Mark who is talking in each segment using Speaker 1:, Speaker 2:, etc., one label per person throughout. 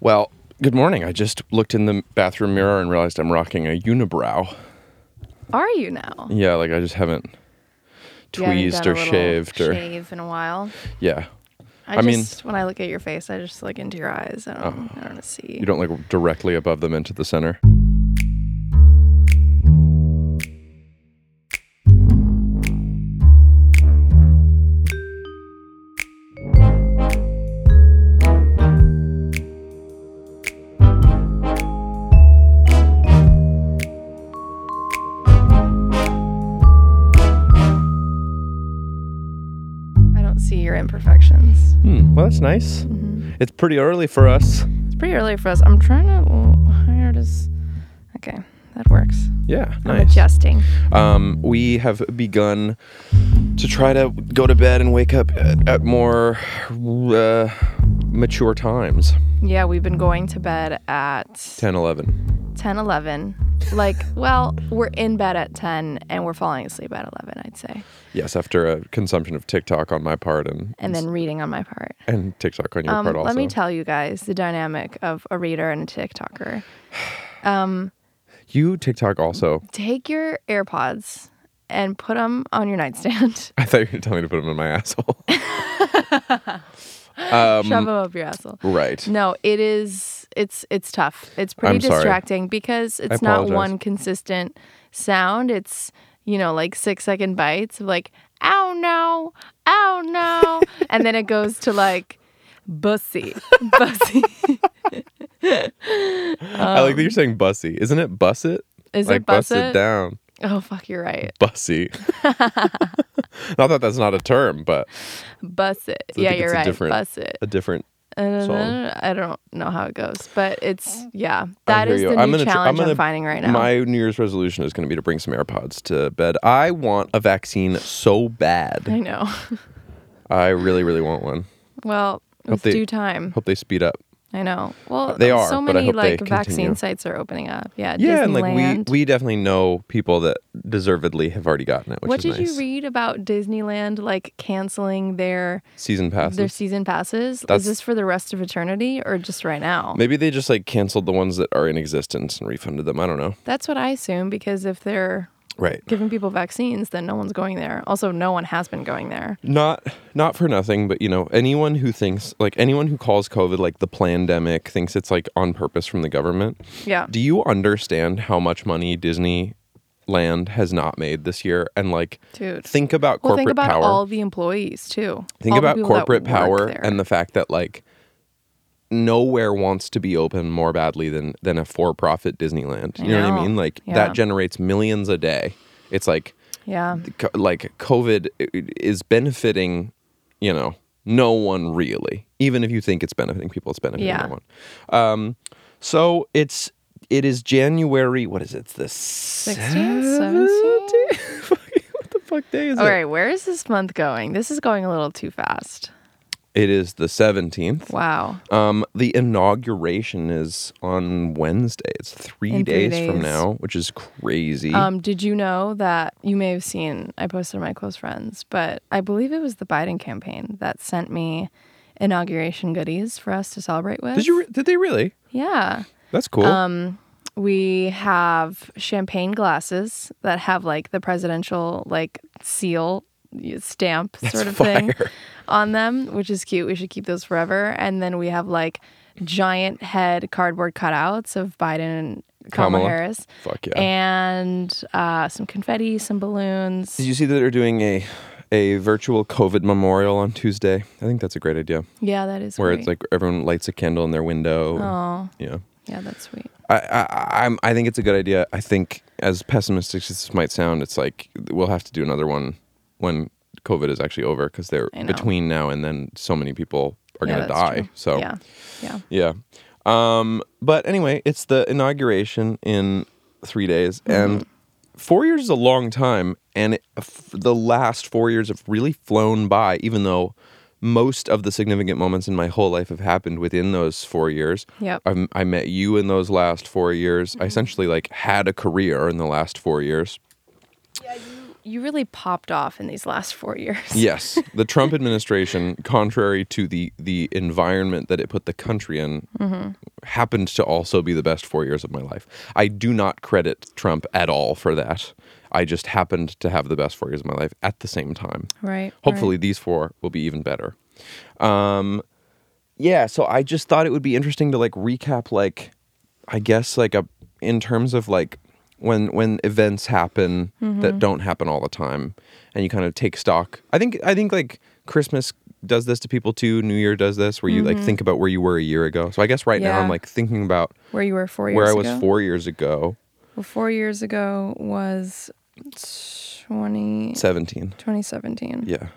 Speaker 1: Well, good morning. I just looked in the bathroom mirror and realized I'm rocking a unibrow.
Speaker 2: Are you now?
Speaker 1: Yeah, like I just haven't
Speaker 2: You haven't
Speaker 1: tweezed
Speaker 2: done a
Speaker 1: or
Speaker 2: little
Speaker 1: shaved or
Speaker 2: shave in a while.
Speaker 1: yeah.
Speaker 2: I,
Speaker 1: I mean- Oh.
Speaker 2: just when I look at your face, I just look into your eyes. I don't, I don't see.
Speaker 1: You don't like directly above them into the center.
Speaker 2: I don't see your imperfections.
Speaker 1: Hmm. Well, that's nice.
Speaker 2: Mm-hmm.
Speaker 1: It's pretty early for us.
Speaker 2: It's pretty early for us. I'm trying to. Well, higher does. Okay, that works.
Speaker 1: Yeah,
Speaker 2: I'm
Speaker 1: nice.
Speaker 2: adjusting.
Speaker 1: Um, we have begun to try to go to bed and wake up at, at more uh, mature times.
Speaker 2: Yeah, we've been going to bed at
Speaker 1: 10, 11.
Speaker 2: 10, 11. Like, well, we're in bed at 10 and we're falling asleep at 11, I'd say.
Speaker 1: Yes, after a consumption of TikTok on my part and
Speaker 2: And then reading on my part.
Speaker 1: and TikTok on your
Speaker 2: Um,
Speaker 1: part also.
Speaker 2: let me tell you guys the dynamic of a reader and a TikToker.
Speaker 1: you TikTok also.
Speaker 2: Take your AirPods and put them on your nightstand.
Speaker 1: I thought you were going to tell me to put them in my asshole. Um,
Speaker 2: Shove them up your asshole.
Speaker 1: right.
Speaker 2: No, it is. It's it's tough. It's pretty
Speaker 1: I'm sorry.
Speaker 2: distracting because it's not
Speaker 1: apologize.
Speaker 2: one consistent sound. It's you know like six second bites of like oh no, oh no, and then it goes to like bussy, bussy.
Speaker 1: I like that you're saying bussy. Isn't it buss it?
Speaker 2: Um, Is it
Speaker 1: like
Speaker 2: buss
Speaker 1: it
Speaker 2: it?
Speaker 1: down.
Speaker 2: oh fuck, you're right.
Speaker 1: Bussy. not that that's not a term, but
Speaker 2: Buss it.
Speaker 1: I
Speaker 2: yeah,
Speaker 1: think
Speaker 2: you're
Speaker 1: it's a
Speaker 2: right.
Speaker 1: different-
Speaker 2: Buss it.
Speaker 1: a different song.
Speaker 2: I don't know how it goes, but it's yeah.
Speaker 1: I
Speaker 2: That
Speaker 1: hear
Speaker 2: is
Speaker 1: you.
Speaker 2: the new
Speaker 1: I'm gonna tr-
Speaker 2: challenge
Speaker 1: I'm gonna-
Speaker 2: finding right now.
Speaker 1: My New Year's resolution is going to be to bring some AirPods to bed. I want a vaccine so bad.
Speaker 2: I know.
Speaker 1: I really, really want one.
Speaker 2: well,
Speaker 1: Hope
Speaker 2: it's
Speaker 1: they-
Speaker 2: due time.
Speaker 1: Hope they speed up.
Speaker 2: I know. Well,
Speaker 1: They are,
Speaker 2: so
Speaker 1: but I
Speaker 2: many
Speaker 1: hope they
Speaker 2: like
Speaker 1: continue.
Speaker 2: vaccine sites are opening up. Yeah,
Speaker 1: Yeah,
Speaker 2: Disneyland.
Speaker 1: and like we we definitely know people that deservedly have already gotten it, which
Speaker 2: what
Speaker 1: is
Speaker 2: did
Speaker 1: nice.
Speaker 2: you read about Disneyland like canceling their
Speaker 1: Season
Speaker 2: their
Speaker 1: passes.
Speaker 2: season passes?
Speaker 1: That's-
Speaker 2: Is this for the rest of eternity or just right now?
Speaker 1: Maybe they just like canceled the ones that are in existence and refunded them. I don't know.
Speaker 2: That's what I assume because if they're
Speaker 1: Right.
Speaker 2: giving people vaccines, then no one's going there. Also, no one has been going there.
Speaker 1: Not not for nothing, but you know, anyone who thinks like anyone who calls COVID like the pandemic thinks it's like on purpose from the government.
Speaker 2: Yeah.
Speaker 1: Do you understand how much money Disneyland has not made this year? And like
Speaker 2: Dude.
Speaker 1: think about
Speaker 2: well,
Speaker 1: corporate
Speaker 2: think about
Speaker 1: power.
Speaker 2: all the employees too.
Speaker 1: think
Speaker 2: All the
Speaker 1: about
Speaker 2: people that
Speaker 1: corporate
Speaker 2: work
Speaker 1: power
Speaker 2: there.
Speaker 1: and the fact that like nowhere wants to be open more badly than than a for-profit Disneyland. You know, what I
Speaker 2: know.
Speaker 1: mean? Like
Speaker 2: Yeah.
Speaker 1: that generates millions a day. It's like
Speaker 2: yeah.
Speaker 1: co- like COVID i- is benefiting, you know, no one really. Even if you think it's benefiting people, it's benefiting
Speaker 2: Yeah.
Speaker 1: no one. Um, so it's it is January. What is it? It's the
Speaker 2: 16th,
Speaker 1: 17th? what the fuck day is
Speaker 2: All
Speaker 1: it?
Speaker 2: right, where is this month going? This is going a little too fast.
Speaker 1: It is the seventeenth.
Speaker 2: Wow.
Speaker 1: Um, the inauguration is on Wednesday. It's three
Speaker 2: In three
Speaker 1: days, from
Speaker 2: days.
Speaker 1: now, which is crazy.
Speaker 2: Um, did you know that you may have seen? I posted to my close friends, but I believe it was the Biden campaign that sent me inauguration goodies for us to celebrate with.
Speaker 1: did you? Re- did they really?
Speaker 2: Yeah,
Speaker 1: That's cool.
Speaker 2: um, we have champagne glasses that have like the presidential like seal y- stamp sort of thing
Speaker 1: fire.
Speaker 2: on them, which is cute. We should keep those forever. And then we have like giant head cardboard cutouts of Biden and Kamala,
Speaker 1: Kamala.
Speaker 2: Harris.
Speaker 1: Fuck yeah.
Speaker 2: And uh, some confetti, some balloons.
Speaker 1: Did you see that they're doing a a virtual COVID memorial on Tuesday? I think that's a great idea.
Speaker 2: Yeah, that is
Speaker 1: Where
Speaker 2: great.
Speaker 1: it's like everyone lights a candle in their window. and-
Speaker 2: oh,
Speaker 1: Yeah.
Speaker 2: yeah, that's sweet.
Speaker 1: I, I I'm I think it's a good idea. I think as pessimistic as this might sound, it's like we'll have to do another one when COVID is actually over because they're
Speaker 2: I know.
Speaker 1: between now and then so many people are
Speaker 2: Yeah,
Speaker 1: gonna
Speaker 2: that's
Speaker 1: die.
Speaker 2: true.
Speaker 1: So
Speaker 2: yeah, yeah,
Speaker 1: yeah. Um, but anyway, it's the inauguration in three days, and four years is a long time. And it, f- the last four years have really flown by, even though most of the significant moments in my whole life have happened within those four years.
Speaker 2: Yep.
Speaker 1: I've, I met you in those last four years. I essentially like had a career in the last four years.
Speaker 2: you really popped off in these last four years.
Speaker 1: Yes, the Trump administration, contrary to the the environment that it put the country in, happened to also be the best four years of my life. I do not credit Trump at all for that. I just happened to have the best four years of my life at the same time.
Speaker 2: Right.
Speaker 1: Hopefully, these four will be even better. Um, yeah. So I just thought it would be interesting to like recap, like I guess like a in terms of like when when events happen
Speaker 2: Mm-hmm.
Speaker 1: that don't happen all the time, and you kind of take stock. I think I think like Christmas does this to people too. New Year does this, where you like think about where you were a year ago. So I guess right now
Speaker 2: Mm-hmm. Yeah.
Speaker 1: I'm like thinking about
Speaker 2: Where you were four years
Speaker 1: where I
Speaker 2: ago.
Speaker 1: was four years ago,
Speaker 2: Well, four years ago was 20,
Speaker 1: seventeen.
Speaker 2: 2017.
Speaker 1: Yeah.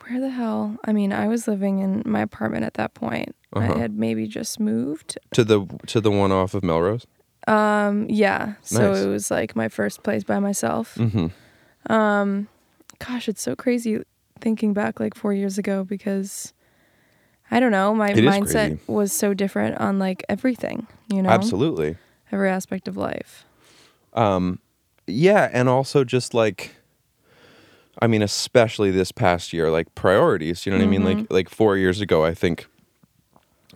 Speaker 2: Where the hell? I mean, I was living in my apartment at that point.
Speaker 1: Uh-huh.
Speaker 2: I had maybe just moved.
Speaker 1: To the to the one off of Melrose.
Speaker 2: Um, yeah. So
Speaker 1: Nice.
Speaker 2: it was like my first place by myself. Um,
Speaker 1: Mm-hmm.
Speaker 2: Gosh, it's so crazy thinking back like four years ago because I don't know, my
Speaker 1: It is
Speaker 2: mindset
Speaker 1: crazy.
Speaker 2: was so different on like everything, you know?
Speaker 1: Absolutely.
Speaker 2: Every aspect of life.
Speaker 1: yeah and also just like i mean especially this past year like priorities you know what i mean
Speaker 2: Mm-hmm.
Speaker 1: like like 4 years ago i think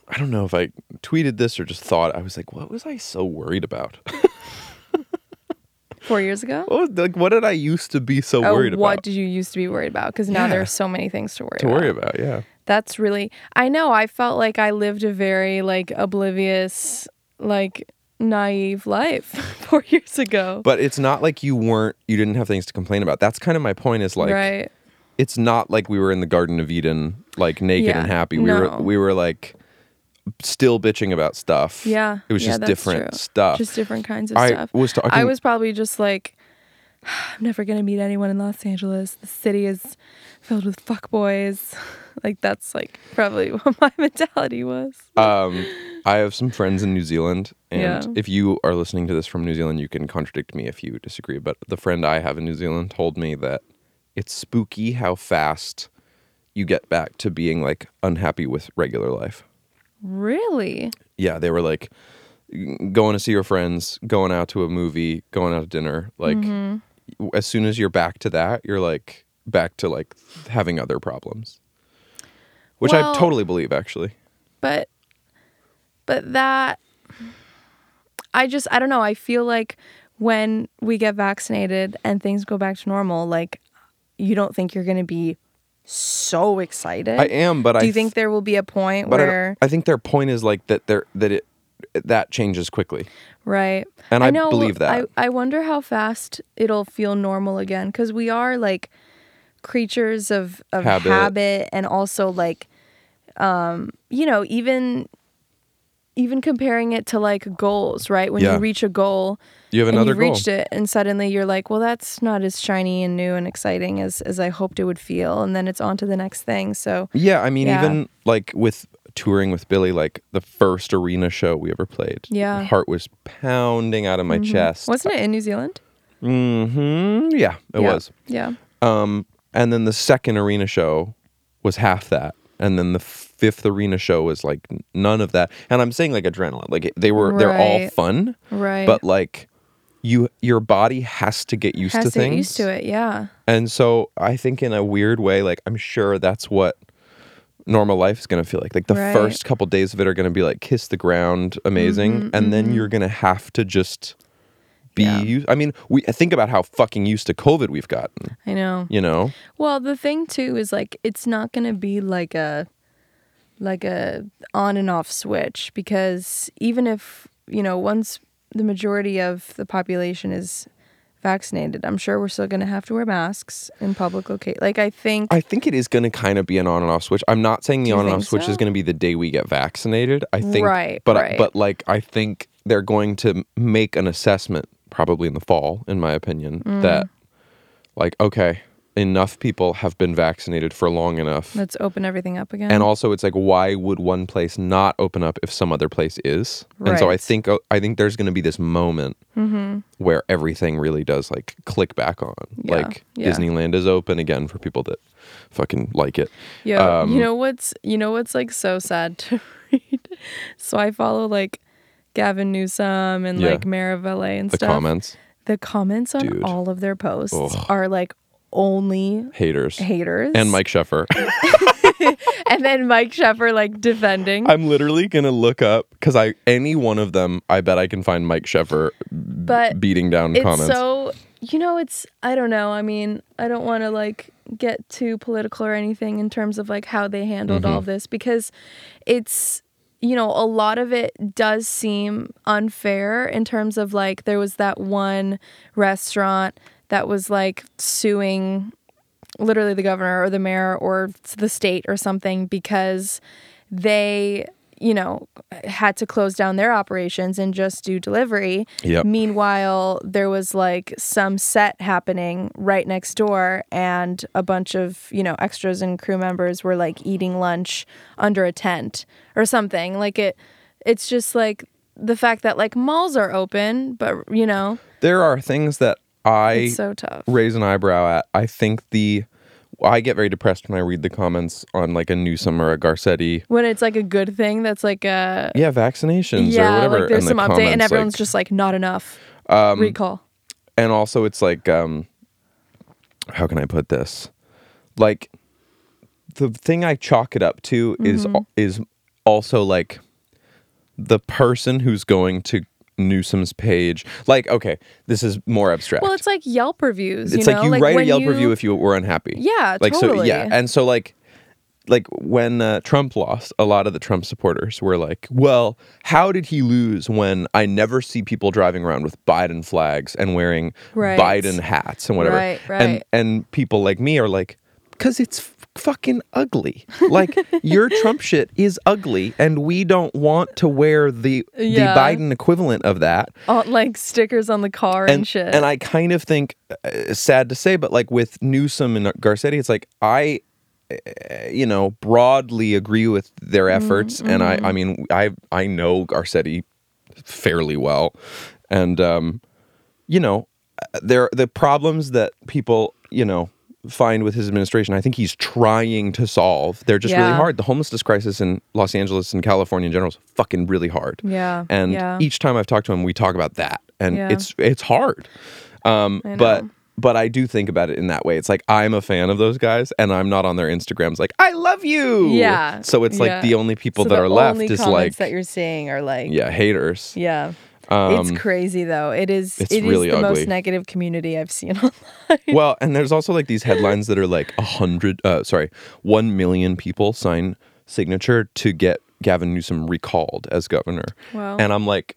Speaker 1: i don't know if i tweeted this or just thought i was like what was i so worried about
Speaker 2: Four years ago?
Speaker 1: what was, like what did i used to be so
Speaker 2: Oh,
Speaker 1: worried
Speaker 2: what
Speaker 1: about
Speaker 2: did you used to be worried about? Because now
Speaker 1: Yeah.
Speaker 2: there are so many things to worry
Speaker 1: to
Speaker 2: about.
Speaker 1: worry about yeah
Speaker 2: That's really I know, I felt like I lived a very like oblivious, like naive life four years ago.
Speaker 1: but it's not like you weren't you didn't have things to complain about that's kind of my point is like
Speaker 2: right.
Speaker 1: it's not like we were in the Garden of Eden, like naked
Speaker 2: Yeah,
Speaker 1: and happy. We
Speaker 2: no.
Speaker 1: were we were like still bitching about stuff.
Speaker 2: Yeah.
Speaker 1: it was
Speaker 2: yeah,
Speaker 1: just
Speaker 2: that's
Speaker 1: different
Speaker 2: true.
Speaker 1: stuff.
Speaker 2: Just different kinds of
Speaker 1: uh, I
Speaker 2: stuff.
Speaker 1: was talking.
Speaker 2: I was probably just like, I'm never gonna meet anyone in Los Angeles. The city is filled with fuckboys. Like that's like probably what my mentality was.
Speaker 1: Um, I have some friends in New Zealand, and
Speaker 2: Yeah.
Speaker 1: if you are listening to this from New Zealand, you can contradict me if you disagree. But the friend I have in New Zealand told me that it's spooky how fast you get back to being like unhappy with regular life.
Speaker 2: Really?
Speaker 1: yeah, they were like going to see your friends, going out to a movie, going out to dinner. Like
Speaker 2: Mm-hmm.
Speaker 1: as soon as you're back to that, you're like back to like having other problems. Which
Speaker 2: Well-
Speaker 1: I totally believe actually.
Speaker 2: But but that I just I don't know, I feel like when we get vaccinated and things go back to normal, like you don't think you're gonna be so excited.
Speaker 1: I am, but I
Speaker 2: Do you
Speaker 1: th-
Speaker 2: think there will be a point
Speaker 1: but I,
Speaker 2: where
Speaker 1: don't- I think their point is like that they that it that changes quickly.
Speaker 2: Right.
Speaker 1: And I believe that.
Speaker 2: I, I wonder how fast it'll feel normal again because we are like creatures of, of
Speaker 1: Habit.
Speaker 2: habit. and also like, um, you know, even even comparing it to like goals, right? When
Speaker 1: Yeah.
Speaker 2: you reach a goal
Speaker 1: You have
Speaker 2: and
Speaker 1: another
Speaker 2: you
Speaker 1: goal.
Speaker 2: reached it and suddenly you're like, well, that's not as shiny and new and exciting as, as I hoped it would feel. And then it's on to the next thing. So
Speaker 1: Yeah, I mean,
Speaker 2: Yeah.
Speaker 1: even like with touring with Billy, like the first arena show we ever played.
Speaker 2: Yeah. Mm-hmm.
Speaker 1: my heart was pounding out of my chest.
Speaker 2: wasn't it in New Zealand?
Speaker 1: hmm Yeah, it
Speaker 2: Yeah.
Speaker 1: was.
Speaker 2: Yeah.
Speaker 1: Um, and then the second arena show was half that, and then the fifth arena show was like n- none of that. And I'm saying like adrenaline, like they were they're all
Speaker 2: Right.
Speaker 1: fun,
Speaker 2: Right.
Speaker 1: but like you your body has to get used
Speaker 2: has
Speaker 1: to,
Speaker 2: to,
Speaker 1: things.
Speaker 2: get used to it. Yeah.
Speaker 1: And so I think in a weird way, like I'm sure that's what normal life is going to feel like. Like the
Speaker 2: Right.
Speaker 1: first couple days of it are going to be like kiss the ground, amazing, and then you're going to have to just be.
Speaker 2: Mm-hmm, Yeah.
Speaker 1: Used, I mean, we think about how fucking used to COVID we've gotten.
Speaker 2: I know.
Speaker 1: You know.
Speaker 2: Well, the thing too is like it's not going to be like a like a on and off switch because even if, you know, once the majority of the population is vaccinated, I'm sure we're still going to have to wear masks in public location. Like I think
Speaker 1: I think it is going to kind of be an on and off switch. I'm not saying the
Speaker 2: Do you
Speaker 1: on and off
Speaker 2: think
Speaker 1: switch is
Speaker 2: so?
Speaker 1: going to be the day we get vaccinated. I think,
Speaker 2: Right,
Speaker 1: but I-
Speaker 2: right.
Speaker 1: but like I think they're going to m- make an assessment probably in the fall, in my opinion,
Speaker 2: Mm.
Speaker 1: that like okay, enough people have been vaccinated for long enough,
Speaker 2: let's open everything up again.
Speaker 1: and also it's like why would one place not open up if some other place is? And so I
Speaker 2: Right. Mm-hmm.
Speaker 1: think uh, I think there's going to be this moment where everything really does like click back on.
Speaker 2: Yeah,
Speaker 1: Like
Speaker 2: yeah.
Speaker 1: Disneyland is open again for people that fucking like it.
Speaker 2: Yo,
Speaker 1: Um,
Speaker 2: you know what's you know what's like so sad to read. so I follow like Gavin Newsom and
Speaker 1: Yeah.
Speaker 2: like Mayor of LA and
Speaker 1: the
Speaker 2: stuff.
Speaker 1: comments.
Speaker 2: The comments on
Speaker 1: Dude.
Speaker 2: all of their posts
Speaker 1: Ugh.
Speaker 2: are like only
Speaker 1: Haters.
Speaker 2: haters.
Speaker 1: And Mike Sheffer.
Speaker 2: and then Mike Sheffer like defending.
Speaker 1: I'm literally gonna look up because I any one of them, I bet I can find Mike Sheffer b-
Speaker 2: But
Speaker 1: beating down
Speaker 2: it's
Speaker 1: comments.
Speaker 2: so you know it's I don't know. I mean, I don't want to like get too political or anything in terms of like how they handled
Speaker 1: Mm-hmm.
Speaker 2: all this because it's you know, a lot of it does seem unfair in terms of like there was that one restaurant that was like suing literally the governor or the mayor or the state or something because they you know had to close down their operations and just do delivery
Speaker 1: Yep.
Speaker 2: meanwhile there was like some set happening right next door and a bunch of you know extras and crew members were like eating lunch under a tent or something like it it's just like the fact that like malls are open but you know
Speaker 1: there are things that I
Speaker 2: it's so tough
Speaker 1: raise an eyebrow at. I think the I get very depressed when I read the comments on like a Newsom or a Garcetti.
Speaker 2: when it's like a good thing that's like a
Speaker 1: Yeah, vaccinations or
Speaker 2: yeah,
Speaker 1: whatever.
Speaker 2: like there's
Speaker 1: the
Speaker 2: some update, and
Speaker 1: comments, like- Um,
Speaker 2: everyone's just like, not enough. Recall.
Speaker 1: and also it's like um how can i put this like the thing i chalk it up to is
Speaker 2: Mm-hmm.
Speaker 1: is also like the person who's going to newsom's page like okay this is more abstract
Speaker 2: Well, it's like Yelp reviews. You
Speaker 1: it's
Speaker 2: know?
Speaker 1: like you write a
Speaker 2: when
Speaker 1: Yelp
Speaker 2: you-
Speaker 1: review if you were unhappy.
Speaker 2: Yeah,
Speaker 1: like so. Yeah,
Speaker 2: totally.
Speaker 1: and so like, like when uh, Trump lost, a lot of the Trump supporters were like, "Well, how did he lose when I never see people driving around with Biden flags and wearing
Speaker 2: Right.
Speaker 1: Biden hats and whatever?"
Speaker 2: Right,
Speaker 1: And
Speaker 2: right.
Speaker 1: and people like me are like, "Cause it's." f- Fucking ugly. Like your Trump shit is ugly, and we don't want to wear the
Speaker 2: Yeah.
Speaker 1: the Biden equivalent of that
Speaker 2: all, like stickers on the car and, shit.
Speaker 1: I kind of think, uh, sad to say, but like with Newsom and Garcetti, it's like I, uh, you know, broadly agree with their
Speaker 2: Mm-hmm,
Speaker 1: efforts, and I, I mean, I, I know Garcetti fairly well, and um, you know, uh, there the problems that people, you know. Find with his administration, I think he's trying to solve. They're just really
Speaker 2: Yeah.
Speaker 1: hard. The homelessness crisis in Los Angeles and California in general is fucking really hard.
Speaker 2: Yeah,
Speaker 1: And
Speaker 2: yeah.
Speaker 1: each time I've talked to him, we talk about that, and
Speaker 2: Yeah.
Speaker 1: it's it's hard. Um,
Speaker 2: I
Speaker 1: but
Speaker 2: know.
Speaker 1: but I do think about it in that way. It's like I'm a fan of those guys, and I'm not on their Instagrams. Like I love you.
Speaker 2: Yeah,
Speaker 1: So it's like
Speaker 2: yeah.
Speaker 1: the only people
Speaker 2: So
Speaker 1: that
Speaker 2: the
Speaker 1: are left
Speaker 2: only
Speaker 1: is like
Speaker 2: comments that you're seeing are like, yeah,
Speaker 1: yeah haters.
Speaker 2: it's crazy though. It is.
Speaker 1: it's
Speaker 2: it is
Speaker 1: really
Speaker 2: the
Speaker 1: ugly.
Speaker 2: most negative community I've seen. online.
Speaker 1: Well, and there's also like these headlines that are like a hundred. Uh, sorry, one million people sign signature to get Gavin Newsom recalled as governor.
Speaker 2: Wow.
Speaker 1: And I'm like,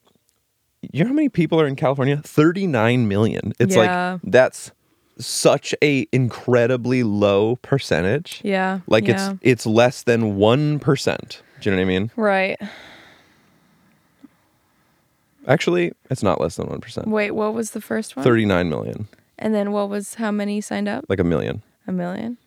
Speaker 1: you know how many people are in California? 39 million. It's
Speaker 2: Yeah.
Speaker 1: like that's such a incredibly low percentage.
Speaker 2: yeah,
Speaker 1: Like
Speaker 2: yeah.
Speaker 1: it's it's less than one percent. Do you know what I mean?
Speaker 2: right.
Speaker 1: Actually, it's not less than one percent.
Speaker 2: Wait, what was the first one?
Speaker 1: Thirty-nine million,
Speaker 2: And then what was how many signed up?
Speaker 1: like a million.
Speaker 2: A million.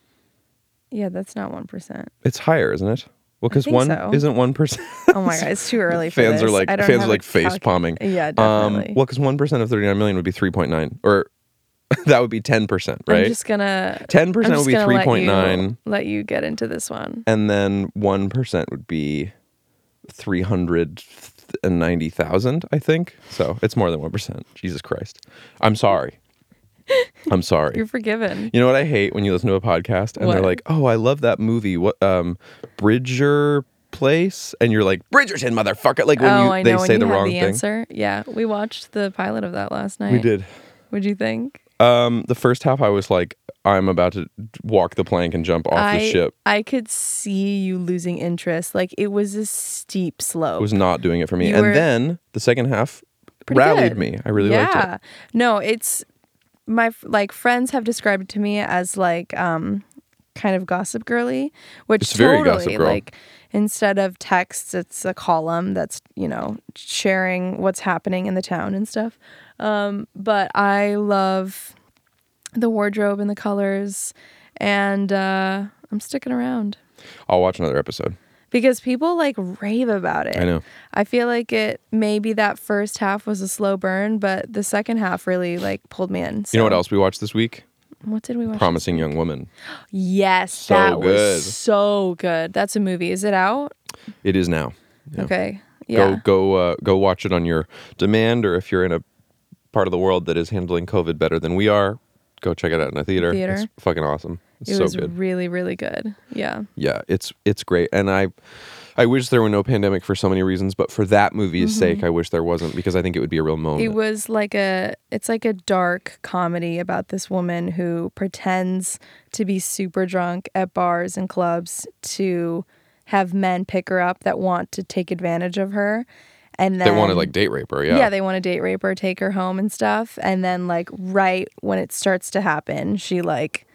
Speaker 2: Yeah, that's not one percent.
Speaker 1: It's higher, isn't it? Well, because
Speaker 2: think
Speaker 1: one
Speaker 2: so.
Speaker 1: isn't one percent.
Speaker 2: Oh my god, it's too early for
Speaker 1: fans are
Speaker 2: this.
Speaker 1: like
Speaker 2: I don't
Speaker 1: fans are
Speaker 2: have
Speaker 1: like
Speaker 2: a
Speaker 1: face
Speaker 2: calc-
Speaker 1: palming.
Speaker 2: Yeah,
Speaker 1: Um,
Speaker 2: definitely.
Speaker 1: well, because one percent of thirty-nine million would be three point nine, or that would be ten percent,
Speaker 2: I'm
Speaker 1: right?
Speaker 2: just gonna
Speaker 1: Ten
Speaker 2: I'm
Speaker 1: percent would
Speaker 2: just
Speaker 1: be
Speaker 2: gonna
Speaker 1: three
Speaker 2: let
Speaker 1: point
Speaker 2: you-
Speaker 1: nine,
Speaker 2: Let you get into this one.
Speaker 1: and then one percent would be three hundred and ninety thousand, I think. So it's more than one percent. Jesus Christ, I'm sorry. I'm sorry.
Speaker 2: You're forgiven.
Speaker 1: You know what I hate when you listen to a podcast and they're
Speaker 2: What?
Speaker 1: like, "Oh, I love that movie. What um Bridger Place?" And you're like, "Bridgerton, motherfucker." Like when
Speaker 2: oh,
Speaker 1: you
Speaker 2: I
Speaker 1: they
Speaker 2: know.
Speaker 1: say
Speaker 2: and
Speaker 1: the
Speaker 2: you had
Speaker 1: wrong
Speaker 2: the
Speaker 1: thing.
Speaker 2: answer. Yeah, we watched the pilot of that last night.
Speaker 1: We did.
Speaker 2: What'd you think?
Speaker 1: Um the first half I was like, "I'm about to walk the plank and jump off
Speaker 2: I
Speaker 1: the ship."
Speaker 2: I could see you losing interest. Like it was a steep slope.
Speaker 1: It was not doing it for me.
Speaker 2: You
Speaker 1: And
Speaker 2: were-
Speaker 1: then the second half
Speaker 2: Pretty
Speaker 1: rallied
Speaker 2: good.
Speaker 1: me. I really
Speaker 2: yeah.
Speaker 1: liked it.
Speaker 2: No, it's my f- like friends have described it to me as like um kind of gossip girly, which
Speaker 1: It's very
Speaker 2: totally
Speaker 1: Gossip Girl.
Speaker 2: like instead of texts, it's a column that's, you know, sharing what's happening in the town and stuff. Um, but I love the wardrobe and the colors and uh I'm sticking around
Speaker 1: I'll watch another episode.
Speaker 2: because people like rave about it.
Speaker 1: I know.
Speaker 2: I feel like it maybe that first half was a slow burn, but the second half really like pulled me in. So.
Speaker 1: You know what else we watched this week?
Speaker 2: What did we watch?
Speaker 1: Promising Young Woman.
Speaker 2: Yes,
Speaker 1: So
Speaker 2: that
Speaker 1: good.
Speaker 2: was so good. That's a movie. Is it out?
Speaker 1: It is now. Yeah.
Speaker 2: Okay. Yeah.
Speaker 1: Go go uh, go watch it on your demand, or if you're in a part of the world that is handling COVID better than we are, go check it out in a theater.
Speaker 2: Theater.
Speaker 1: It's fucking awesome. It's
Speaker 2: It
Speaker 1: so
Speaker 2: was
Speaker 1: good.
Speaker 2: really, really good. Yeah.
Speaker 1: yeah, it's it's great. And I I wish there were no pandemic for so many reasons, but for that movie's sake, I wish there wasn't because I think it would be a real moment.
Speaker 2: Mm-hmm. It was like a it's like a dark comedy about this woman who pretends to be super drunk at bars and clubs to have men pick her up that want to take advantage of her. And then
Speaker 1: they wanted like date rape her, yeah.
Speaker 2: they want to date rape her, take her home and stuff. And then like right when it starts to happen, she like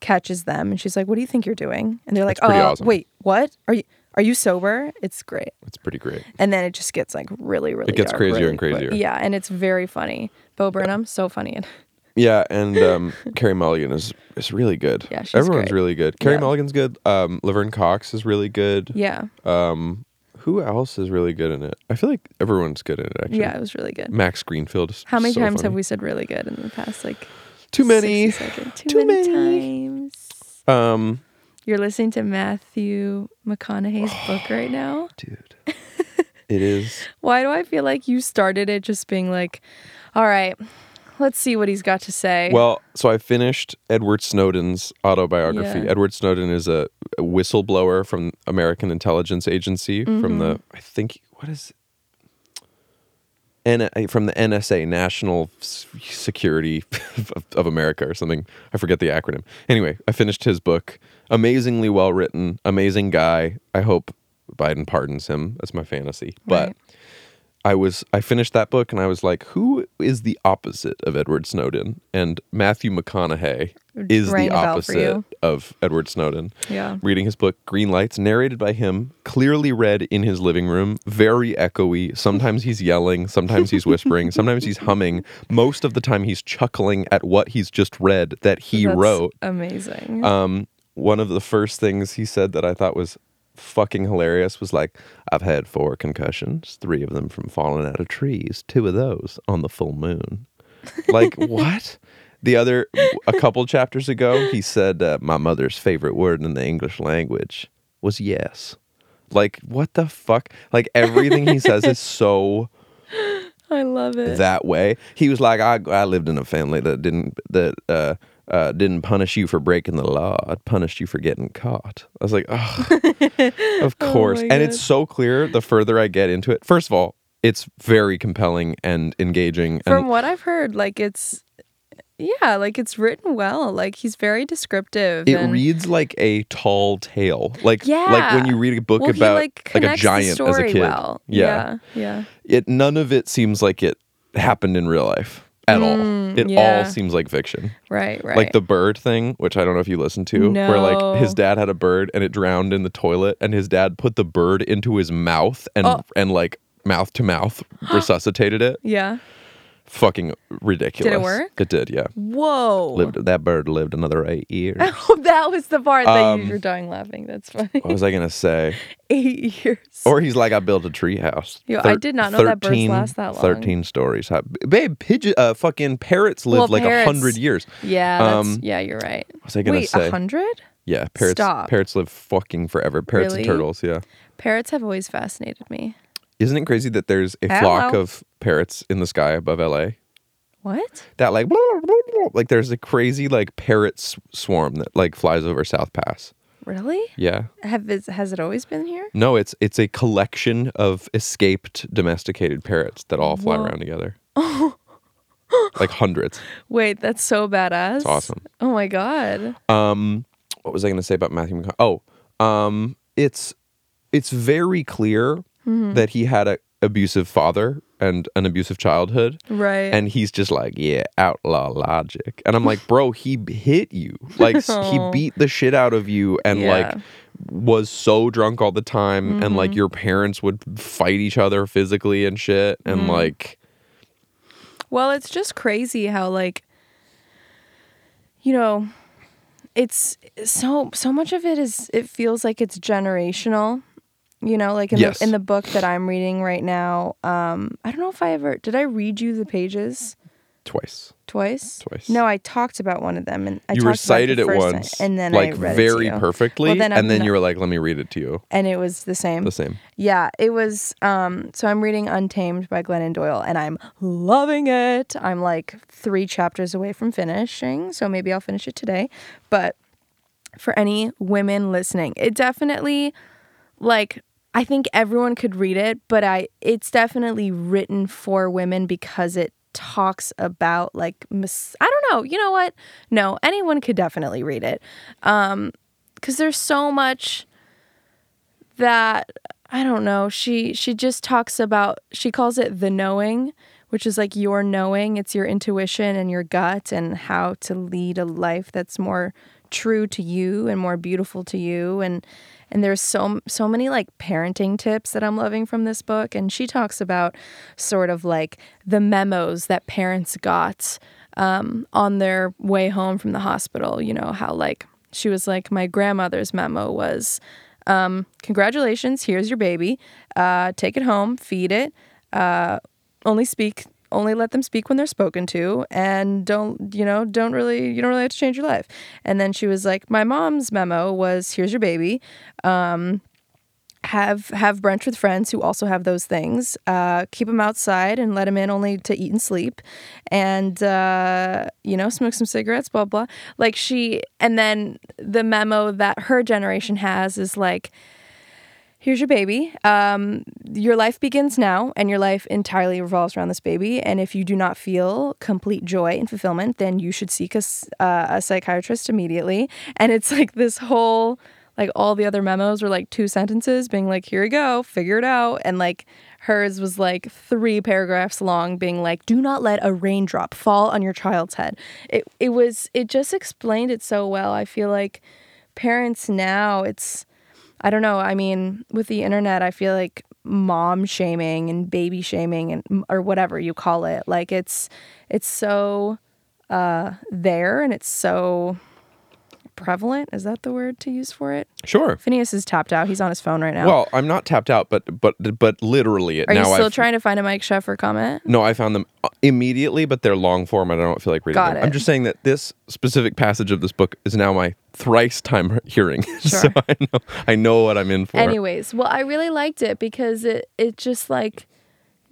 Speaker 2: catches them and she's like, "What do you think you're doing?" And they're like, "Oh,
Speaker 1: pretty awesome.
Speaker 2: wait, what? Are you are you sober?" It's great.
Speaker 1: it's pretty great.
Speaker 2: And then it just gets like really, really.
Speaker 1: It gets
Speaker 2: dark
Speaker 1: crazier
Speaker 2: really
Speaker 1: and crazier.
Speaker 2: quick. Yeah, and it's very funny. Bo Burnham, so funny. And
Speaker 1: Yeah, and um, Carrie Mulligan is is really good.
Speaker 2: Yeah, she's
Speaker 1: everyone's
Speaker 2: great.
Speaker 1: really good. Carrie
Speaker 2: Yeah.
Speaker 1: Mulligan's good. Um, Laverne Cox is really good.
Speaker 2: yeah,
Speaker 1: Um, who else is really good in it? I feel like everyone's good in it. Actually,
Speaker 2: yeah, it was really good.
Speaker 1: Max Greenfield. Is
Speaker 2: How many
Speaker 1: so
Speaker 2: times
Speaker 1: funny.
Speaker 2: have we said really good in the past? Like
Speaker 1: Too many.
Speaker 2: 60 seconds? Too,
Speaker 1: Too
Speaker 2: many,
Speaker 1: many.
Speaker 2: times.
Speaker 1: Um,
Speaker 2: You're listening to Matthew McConaughey's book right now.
Speaker 1: dude, it is.
Speaker 2: Why do I feel like you started it just being like, all right, let's see what he's got to say?
Speaker 1: Well, so I finished Edward Snowden's autobiography.
Speaker 2: Yeah.
Speaker 1: Edward Snowden is a, a whistleblower from American intelligence agency from the
Speaker 2: Mm-hmm.
Speaker 1: I think what is N- from the NSA National S- Security of, of America or something. I forget the acronym. Anyway, I finished his book. Amazingly well written, amazing guy. I hope Biden pardons him. That's my fantasy. But
Speaker 2: Right.
Speaker 1: I was I finished that book and I was like, who is the opposite of Edward Snowden? And Matthew McConaughey is
Speaker 2: Rang
Speaker 1: the
Speaker 2: a bell for
Speaker 1: opposite
Speaker 2: you.
Speaker 1: of Edward Snowden.
Speaker 2: Yeah.
Speaker 1: Reading his book Green Lights, narrated by him, clearly read in his living room, very echoey. Sometimes he's yelling, sometimes he's whispering, sometimes he's humming. Most of the time he's chuckling at what he's just read that he
Speaker 2: That's
Speaker 1: wrote.
Speaker 2: Amazing.
Speaker 1: Um, one of the first things he said that I thought was fucking hilarious was like, I've had four concussions, three of them from falling out of trees, two of those on the full moon. Like, what? The other, a couple chapters ago, he said, uh, My mother's favorite word in the English language was yes. Like, what the fuck? Like, everything he says is so
Speaker 2: I love it.
Speaker 1: that way. He was like, I, I lived in a family that didn't that uh, uh, didn't punish you for breaking the law. It punished you for getting caught. I was like, oh, of course.
Speaker 2: my
Speaker 1: and it's so clear the further I get into it. First of all, it's very compelling and engaging.
Speaker 2: From
Speaker 1: and
Speaker 2: what I've heard, like it's, yeah, like it's written well. Like he's very descriptive.
Speaker 1: it
Speaker 2: and
Speaker 1: reads like a tall tale, like like when
Speaker 2: Yeah.
Speaker 1: you read a book
Speaker 2: well,
Speaker 1: about
Speaker 2: he, like,
Speaker 1: like, a
Speaker 2: connects the
Speaker 1: giant as a
Speaker 2: story
Speaker 1: kid.
Speaker 2: Well. Yeah. Yeah.
Speaker 1: it none of it seems like it happened in real life at all.
Speaker 2: Mm,
Speaker 1: It all
Speaker 2: yeah.
Speaker 1: seems like fiction.
Speaker 2: Right. Right.
Speaker 1: like the bird thing, which I don't know if you listened to, where like his
Speaker 2: No.
Speaker 1: dad had a bird and it drowned in the toilet, and his dad put the bird into his mouth and
Speaker 2: Oh.
Speaker 1: and like mouth to mouth resuscitated it.
Speaker 2: Yeah.
Speaker 1: Fucking ridiculous.
Speaker 2: work?
Speaker 1: It did, yeah.
Speaker 2: Whoa.
Speaker 1: Lived that bird lived another eight years.
Speaker 2: Oh, that was the part that
Speaker 1: Um,
Speaker 2: you were dying laughing. That's funny.
Speaker 1: what was I gonna say?
Speaker 2: Eight years.
Speaker 1: Or he's like, I built a treehouse.
Speaker 2: Yo, I did not know that birds last that long.
Speaker 1: Thirteen stories. high. Babe, pigeon, uh, fucking parrots lived
Speaker 2: Well,
Speaker 1: like a
Speaker 2: parrots-
Speaker 1: hundred years.
Speaker 2: yeah. That's,
Speaker 1: um,
Speaker 2: yeah. You're right.
Speaker 1: What was I gonna
Speaker 2: Wait,
Speaker 1: say?
Speaker 2: a hundred?
Speaker 1: Yeah, parrots.
Speaker 2: Stop.
Speaker 1: Parrots live fucking forever. Parrots and
Speaker 2: Really?
Speaker 1: turtles. Yeah.
Speaker 2: Parrots have always fascinated me.
Speaker 1: Isn't it crazy that there's a
Speaker 2: Hello.
Speaker 1: flock of parrots in the sky above LA?
Speaker 2: What?
Speaker 1: That like blah, blah, blah, blah, like there's a crazy like parrot s- swarm that like flies over South Pass.
Speaker 2: Really?
Speaker 1: Yeah.
Speaker 2: Have is, has it always been here?
Speaker 1: No, it's it's a collection of escaped domesticated parrots that all fly
Speaker 2: Whoa.
Speaker 1: around together. like hundreds.
Speaker 2: Wait, that's so badass. It's
Speaker 1: awesome.
Speaker 2: Oh my god.
Speaker 1: Um, what was I going to say about Matthew McConaughey? Oh, um, it's it's very clear that he had a abusive father and an abusive childhood.
Speaker 2: Right.
Speaker 1: and he's just like, yeah, outlaw logic. And I'm like, bro, he b- hit you. Like s- he
Speaker 2: Oh.
Speaker 1: beat the shit out of you and like
Speaker 2: Yeah.
Speaker 1: was so drunk all the time and
Speaker 2: Mm-hmm.
Speaker 1: like your parents would fight each other physically and shit and
Speaker 2: Mm-hmm.
Speaker 1: like
Speaker 2: Well, it's just crazy how like you know, it's so so much of it is it feels like it's generational. You know, like in
Speaker 1: Yes.
Speaker 2: the in the book that I'm reading right now, um I don't know if I ever did I read you the pages
Speaker 1: twice.
Speaker 2: twice.
Speaker 1: Twice.
Speaker 2: No, I talked about one of them, and I
Speaker 1: you
Speaker 2: talked
Speaker 1: recited
Speaker 2: about
Speaker 1: it
Speaker 2: the first
Speaker 1: once,
Speaker 2: time, and then
Speaker 1: like
Speaker 2: I read
Speaker 1: very
Speaker 2: it to you.
Speaker 1: perfectly,
Speaker 2: Well, then I'm
Speaker 1: and then
Speaker 2: not-
Speaker 1: you were like, "Let me read it to you."
Speaker 2: and it was the same.
Speaker 1: The same.
Speaker 2: Yeah, it was. Um, so I'm reading Untamed by Glennon Doyle, and I'm loving it. I'm like three chapters away from finishing, so maybe I'll finish it today. But for any women listening, it definitely, like, I think everyone could read it, but I, it's definitely written for women because it talks about like mis- I don't know. You know what? No, anyone could definitely read it, because there's so much that I don't know. She she just talks about she calls it the knowing, which is like your knowing, it's your intuition and your gut and how to lead a life that's more true to you and more beautiful to you and and there's so so many like parenting tips that I'm loving from this book and she talks about sort of like the memos that parents got um, on their way home from the hospital, you know, how like she was like my grandmother's memo was um, congratulations, here's your baby. Uh, take it home, feed it. Uh, only speak, only let them speak when they're spoken to, and don't, you know, don't really, you don't really have to change your life. And then she was like, my mom's memo was, here's your baby. Um, have have brunch with friends who also have those things. Uh, keep them outside and let them in only to eat and sleep, and uh, you know smoke some cigarettes. Blah blah. Like she, and then the memo that her generation has is like, here's your baby. Um, your life begins now, and your life entirely revolves around this baby. And if you do not feel complete joy and fulfillment, then you should seek a, s- uh, a psychiatrist immediately. And it's like this whole, like all the other memos were like two sentences, being like, here you go, figure it out. And like hers was like three paragraphs long, being like, do not let a raindrop fall on your child's head. It, it was, it just explained it so well. I feel like parents now, it's, I don't know. I mean, with the internet, I feel like mom shaming and baby shaming and or whatever you call it, like it's it's so uh there and it's so prevalent. Is that the word to use for it?
Speaker 1: Sure.
Speaker 2: Phineas is tapped out. He's on his phone right now.
Speaker 1: Well, I'm not tapped out, but but but literally, it
Speaker 2: Are
Speaker 1: now
Speaker 2: you still
Speaker 1: I've,
Speaker 2: trying to find a Mike Sheffer comment?
Speaker 1: No, I found them uh, immediately, but they're long form. and I don't feel like reading
Speaker 2: Got
Speaker 1: them.
Speaker 2: it.
Speaker 1: I'm just saying that this specific passage of this book is now my thrice time hearing, so
Speaker 2: Sure.
Speaker 1: I know I know what I'm in for.
Speaker 2: Anyways, well, I really liked it because it it just like,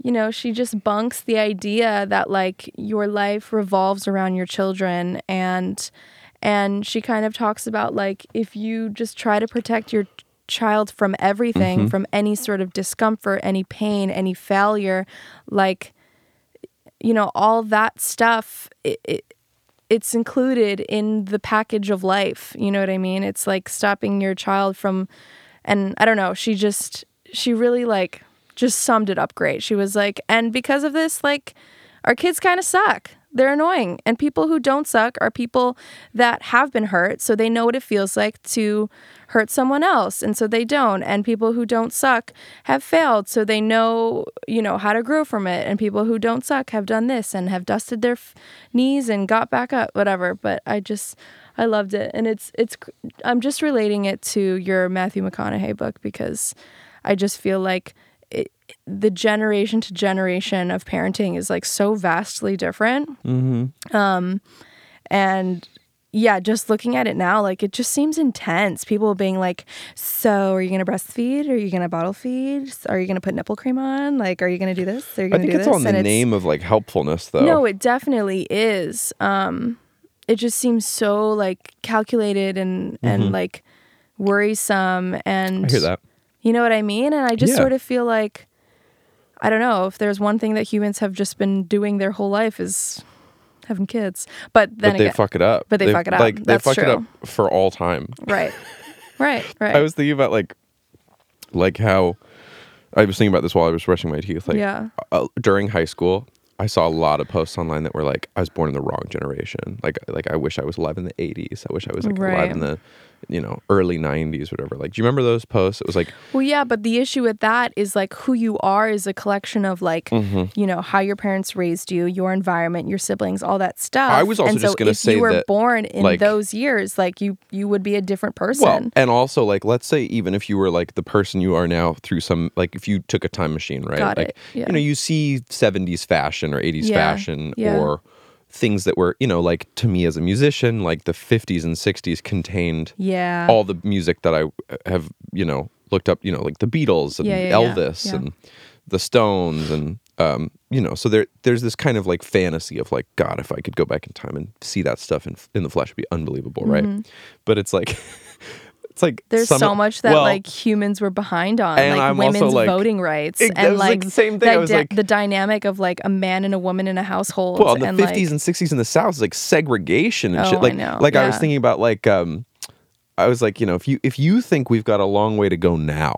Speaker 2: you know, she just bunks the idea that like your life revolves around your children and and she kind of talks about like if you just try to protect your child from everything, from any sort of discomfort, any pain, any failure, like you know, all that stuff it, it it's included in the package of life. You know what I mean? It's like stopping your child from, and I don't know. She just, she really like just summed it up great. She was like, and because of this, like, our kids kind of suck. They're annoying. And people who don't suck are people that have been hurt. So they know what it feels like to hurt someone else. And so they don't. And people who don't suck have failed. So they know, you know, how to grow from it. And people who don't suck have done this and have dusted their f- knees and got back up, whatever. But I just, I loved it. And it's, it's, cr- I'm just relating it to your Matthew McConaughey book because I just feel like it, the generation to generation of parenting is like so vastly different. Mm-hmm. Um, and yeah, just looking at it now, like it just seems intense. People being like, "So, are you gonna breastfeed? Are you gonna bottle feed? Are you gonna put nipple cream on? Like, are you gonna do this? Are you
Speaker 1: I
Speaker 2: gonna
Speaker 1: think
Speaker 2: do
Speaker 1: it's
Speaker 2: this?"
Speaker 1: all in the
Speaker 2: And it's-
Speaker 1: name of like helpfulness, though.
Speaker 2: no, it definitely is. Um, it just seems so like calculated and and like worrisome.
Speaker 1: Mm-hmm.
Speaker 2: And
Speaker 1: I hear that.
Speaker 2: you know what I mean? And I just
Speaker 1: Yeah.
Speaker 2: sort of feel like I don't know if there's one thing that humans have just been doing their whole life is having kids. But then
Speaker 1: but they
Speaker 2: again,
Speaker 1: fuck it up.
Speaker 2: but they fuck it up.
Speaker 1: Like
Speaker 2: That's
Speaker 1: they fuck it
Speaker 2: true.
Speaker 1: up for all time.
Speaker 2: right, right, right.
Speaker 1: I was thinking about like, like how, I was thinking about this while I was brushing my teeth. Like,
Speaker 2: Yeah.
Speaker 1: uh, during high school, I saw a lot of posts online that were like, "I was born in the wrong generation." Like, like I wish I was alive in the '80s. I wish I was like alive
Speaker 2: Right.
Speaker 1: in the, you know, early '90s, whatever. Like, do you remember those posts? It was like,
Speaker 2: Well, yeah, but the issue with that is like who you are is a collection of like,
Speaker 1: Mm-hmm.
Speaker 2: you know, how your parents raised you, your environment, your siblings, all that stuff.
Speaker 1: I was also
Speaker 2: and so
Speaker 1: just gonna
Speaker 2: if
Speaker 1: say
Speaker 2: you were
Speaker 1: that,
Speaker 2: born in
Speaker 1: like-
Speaker 2: those years, like you you would be a different person.
Speaker 1: well, and also like, let's say even if you were like the person you are now through some, like, if you took a time machine, right?
Speaker 2: Got
Speaker 1: like,
Speaker 2: it. Yeah.
Speaker 1: you know, you see '70s fashion or '80s
Speaker 2: Yeah.
Speaker 1: fashion
Speaker 2: Yeah.
Speaker 1: or things that were, you know, like to me as a musician, like the 50s and 60s contained
Speaker 2: Yeah.
Speaker 1: all the music that I uh, have, you know, looked up, you know, like the Beatles and
Speaker 2: Yeah, yeah, yeah,
Speaker 1: Elvis
Speaker 2: yeah.
Speaker 1: and the Stones and um, you know, so there there's this kind of like fantasy of like god if I could go back in time and see that stuff in in the flesh it'd be unbelievable, right? But it's like it's like
Speaker 2: Mm-hmm. There's
Speaker 1: some-
Speaker 2: so much that
Speaker 1: well,
Speaker 2: like humans were behind on,
Speaker 1: and
Speaker 2: like
Speaker 1: I'm also,
Speaker 2: women's
Speaker 1: like-
Speaker 2: voting rights,
Speaker 1: Ex- that
Speaker 2: and
Speaker 1: was, like,
Speaker 2: like
Speaker 1: the same thing.
Speaker 2: that
Speaker 1: I was,
Speaker 2: dy-
Speaker 1: like-
Speaker 2: the dynamic of like a man and a woman in a household.
Speaker 1: well, in the
Speaker 2: and,
Speaker 1: 50s
Speaker 2: like,
Speaker 1: and 60s in the South, like segregation and
Speaker 2: Oh, I
Speaker 1: shit. Like,
Speaker 2: know.
Speaker 1: like I was
Speaker 2: Yeah.
Speaker 1: thinking about like, um, I was like, you know, if you if you think we've got a long way to go now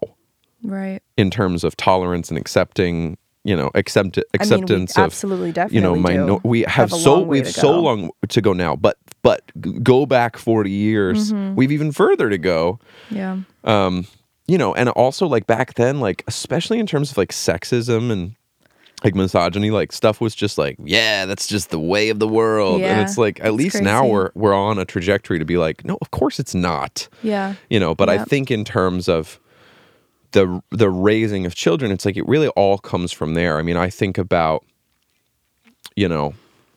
Speaker 2: right.
Speaker 1: in terms of tolerance and accepting, you know, accept acceptance
Speaker 2: I mean, we
Speaker 1: of
Speaker 2: absolutely
Speaker 1: you know,
Speaker 2: definitely
Speaker 1: minor-
Speaker 2: do
Speaker 1: we have,
Speaker 2: a
Speaker 1: so
Speaker 2: long way
Speaker 1: we've
Speaker 2: to
Speaker 1: so
Speaker 2: go.
Speaker 1: long to go now, but but g- go back 40 years,
Speaker 2: Mm-hmm.
Speaker 1: we've even further to go.
Speaker 2: Yeah.
Speaker 1: You know, and also like back then, like especially in terms of like sexism and like misogyny, like stuff was just like, yeah, that's just the way of the world.
Speaker 2: Yeah,
Speaker 1: and it's like at
Speaker 2: it's
Speaker 1: least now
Speaker 2: crazy.
Speaker 1: we're we're on a trajectory to be like, no, of course it's not.
Speaker 2: Yeah.
Speaker 1: You know, but I
Speaker 2: Yep.
Speaker 1: think in terms of the the raising of children, it's like it really all comes from there. I mean, I think about you know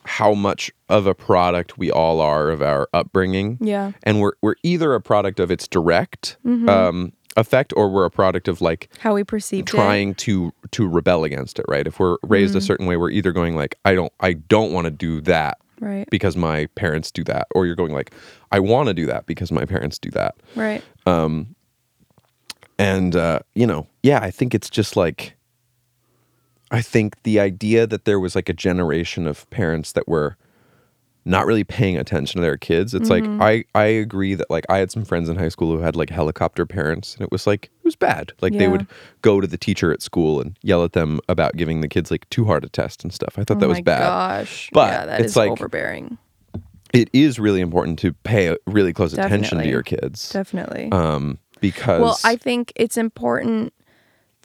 Speaker 1: how much of a product we all are of our upbringing
Speaker 2: Yeah.
Speaker 1: and we're we're either a product of its direct
Speaker 2: Mm-hmm.
Speaker 1: um, effect or we're a product of like
Speaker 2: How we perceive
Speaker 1: trying to to rebel against it right if we're raised
Speaker 2: Mm-hmm.
Speaker 1: a certain way we're either going like i don't i don't want to do that
Speaker 2: Right.
Speaker 1: because my parents do that or you're going like i want to do that because my parents do that
Speaker 2: right.
Speaker 1: and uh, you know yeah i think it's just like i think the idea that there was like a generation of parents that were not really paying attention to their kids it's
Speaker 2: Mm-hmm.
Speaker 1: like i i agree that like i had some friends in high school who had like helicopter parents and it was like it was bad like they
Speaker 2: Yeah.
Speaker 1: would go to the teacher at school and yell at them about giving the kids like too hard a test and stuff i thought that
Speaker 2: oh
Speaker 1: was
Speaker 2: my
Speaker 1: bad
Speaker 2: Gosh.
Speaker 1: But
Speaker 2: yeah, that
Speaker 1: it's
Speaker 2: is
Speaker 1: like-
Speaker 2: overbearing.
Speaker 1: it is really important to pay really close attention to
Speaker 2: Definitely.
Speaker 1: your kids
Speaker 2: Definitely.
Speaker 1: um because
Speaker 2: Well, I think it's important